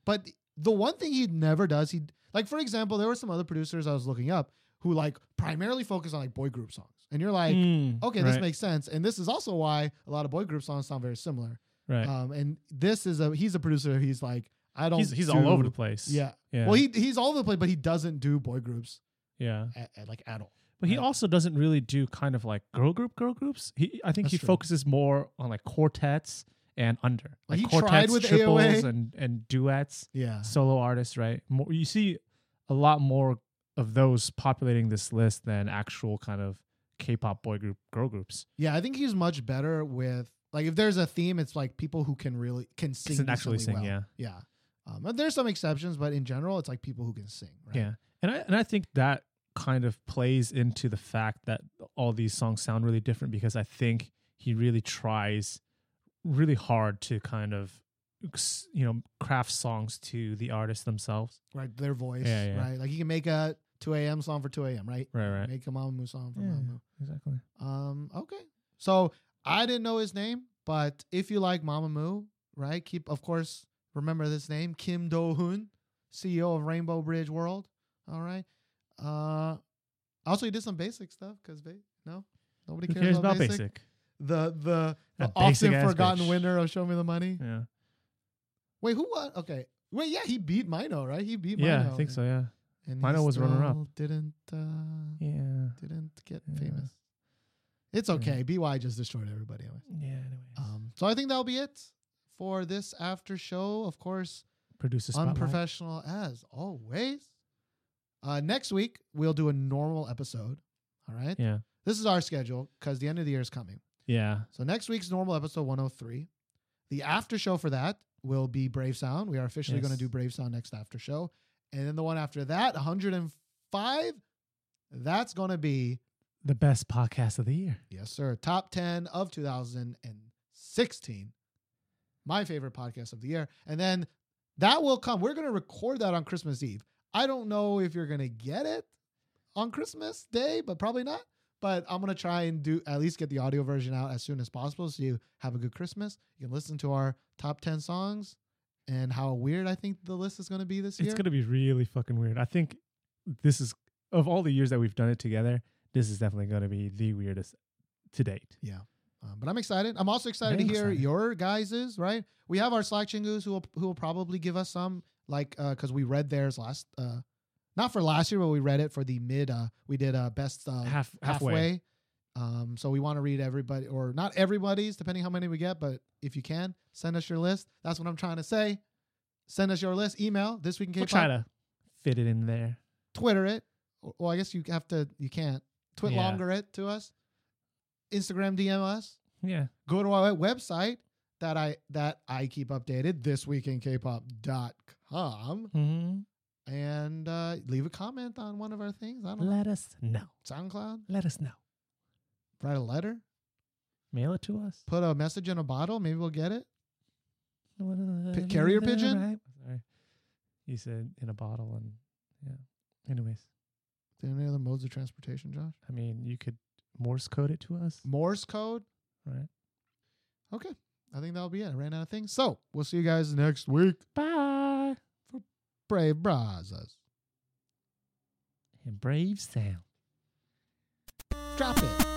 Speaker 1: but the one thing he never does, he like for example, there were some other producers I was looking up who like primarily focus on like boy group songs, and you're like,
Speaker 2: Mm,
Speaker 1: okay,
Speaker 2: right,
Speaker 1: this makes sense, and this is also why a lot of boy group songs sound very similar.
Speaker 2: right.
Speaker 1: Um, and this is a he's a producer. He's like I don't.
Speaker 2: he's he's
Speaker 1: do-
Speaker 2: all over the place.
Speaker 1: Yeah.
Speaker 2: Yeah.
Speaker 1: Well, he he's all over the place, but he doesn't do boy groups
Speaker 2: yeah.
Speaker 1: at, at, like at all.
Speaker 2: But he
Speaker 1: Right.
Speaker 2: also doesn't really do kind of like girl group, girl groups. He I think
Speaker 1: That's
Speaker 2: he
Speaker 1: true.
Speaker 2: focuses more on like quartets and under.
Speaker 1: Well,
Speaker 2: Like
Speaker 1: he
Speaker 2: quartets,
Speaker 1: tried with
Speaker 2: triples
Speaker 1: AOA.
Speaker 2: and and duets,
Speaker 1: Yeah.
Speaker 2: solo artists, right? More, you see a lot more of those populating this list than actual kind of K-pop boy group girl groups.
Speaker 1: Yeah, I think he's much better with like if there's a theme, it's like people who can really can sing.
Speaker 2: Can actually
Speaker 1: decently
Speaker 2: sing,
Speaker 1: well. Yeah. Um, and there's some exceptions, but in general, it's like people who can sing. Right?
Speaker 2: Yeah. And I and I think that kind of plays into the fact that all these songs sound really different because I think he really tries really hard to kind of s- you know craft songs to the artists themselves.
Speaker 1: Right. Their voice.
Speaker 2: Yeah, yeah.
Speaker 1: Right. Like he can make a 2 a.m. song for 2 a.m. Right.
Speaker 2: Right, right.
Speaker 1: Make a Mamamoo song for
Speaker 2: Yeah.
Speaker 1: Mamamoo.
Speaker 2: Exactly.
Speaker 1: Um, okay. So I didn't know his name, but if you like Mamamoo, right? Keep, of course, remember this name, Kim Do Hoon, CEO of Rainbow Bridge World. All right. Uh, also, he did some basic stuff because ba- no, nobody
Speaker 2: Who
Speaker 1: cares, about, basic. The the, the
Speaker 2: That
Speaker 1: often
Speaker 2: basic-ass
Speaker 1: forgotten
Speaker 2: bitch.
Speaker 1: winner of Show Me the Money.
Speaker 2: Yeah.
Speaker 1: Wait, who won? Okay. Wait, yeah, he beat Mino, right? He beat
Speaker 2: Yeah,
Speaker 1: Mino.
Speaker 2: I think so, yeah.
Speaker 1: And he
Speaker 2: Mino was runner-up.
Speaker 1: still Didn't uh,
Speaker 2: Yeah.
Speaker 1: didn't get
Speaker 2: Yeah.
Speaker 1: famous. It's okay. BY just destroyed everybody. Anyway.
Speaker 2: Yeah, anyway.
Speaker 1: Um, so I think that'll be it for this after show. Of course,
Speaker 2: Producer spotlight.
Speaker 1: unprofessional as always. Uh, next week we'll do a normal episode. All right.
Speaker 2: Yeah.
Speaker 1: This is our schedule because the end of the year is coming.
Speaker 2: Yeah.
Speaker 1: So next week's normal episode 103. The after show for that will be Brave Sound. We are officially
Speaker 2: Yes.
Speaker 1: going to do Brave Sound next after show. And then the one after that, 105, That's going to be,
Speaker 2: The best podcast of the year.
Speaker 1: yes, sir, top 10 of 2016. My favorite podcast of the year. And then that will come. We're going to record that on Christmas Eve. I don't know if you're going to get it on Christmas Day, but probably not. But I'm going to try and do at least get the audio version out as soon as possible so you have a good Christmas. You can listen to our top 10 songs and how weird I think the list is going to be this year.
Speaker 2: It's gonna be really fucking weird. I think this is of all the years that we've done it together, this is definitely gonna be the weirdest to date.
Speaker 1: Yeah. Um, but I'm excited. I'm also excited
Speaker 2: Very
Speaker 1: to hear
Speaker 2: excited.
Speaker 1: your guys's, right? We have our Slack chingus who will, who will probably give us some, like, uh, cause we read theirs last, uh, not for last year, but we read it for the mid, uh, we did, uh, best, uh,
Speaker 2: Half halfway.
Speaker 1: halfway. Um, so we want to read everybody or not everybody's, depending how many we get, but if you can, send us your list. That's what I'm trying to say. Send us your list, email this week in
Speaker 2: We'll
Speaker 1: K-pop,
Speaker 2: try to fit it in there.
Speaker 1: Twitter it. Well, I guess you have to, you can't twit
Speaker 2: Yeah.
Speaker 1: longer it to us. Instagram DM us
Speaker 2: Yeah.
Speaker 1: go to our website that I that I keep updated thisweekinkpop.com
Speaker 2: Mm-hmm.
Speaker 1: and uh, leave a comment on one of our things. I don't know,
Speaker 2: Let us know.
Speaker 1: SoundCloud,
Speaker 2: Let us know.
Speaker 1: write a letter,
Speaker 2: Mail it to us.
Speaker 1: put a message in a bottle, maybe we'll get it.
Speaker 2: P-
Speaker 1: carrier pigeon?
Speaker 2: Sorry. You said in a bottle and yeah. Anyways,
Speaker 1: There any other modes of transportation, Josh?
Speaker 2: I mean you could Morse code it to us.
Speaker 1: Morse code.
Speaker 2: Right.
Speaker 1: Okay. I think that'll be it. I ran out of things. So we'll see you guys next week.
Speaker 2: Bye.
Speaker 1: Brave Brazos.
Speaker 2: And brave sound.
Speaker 1: Drop it.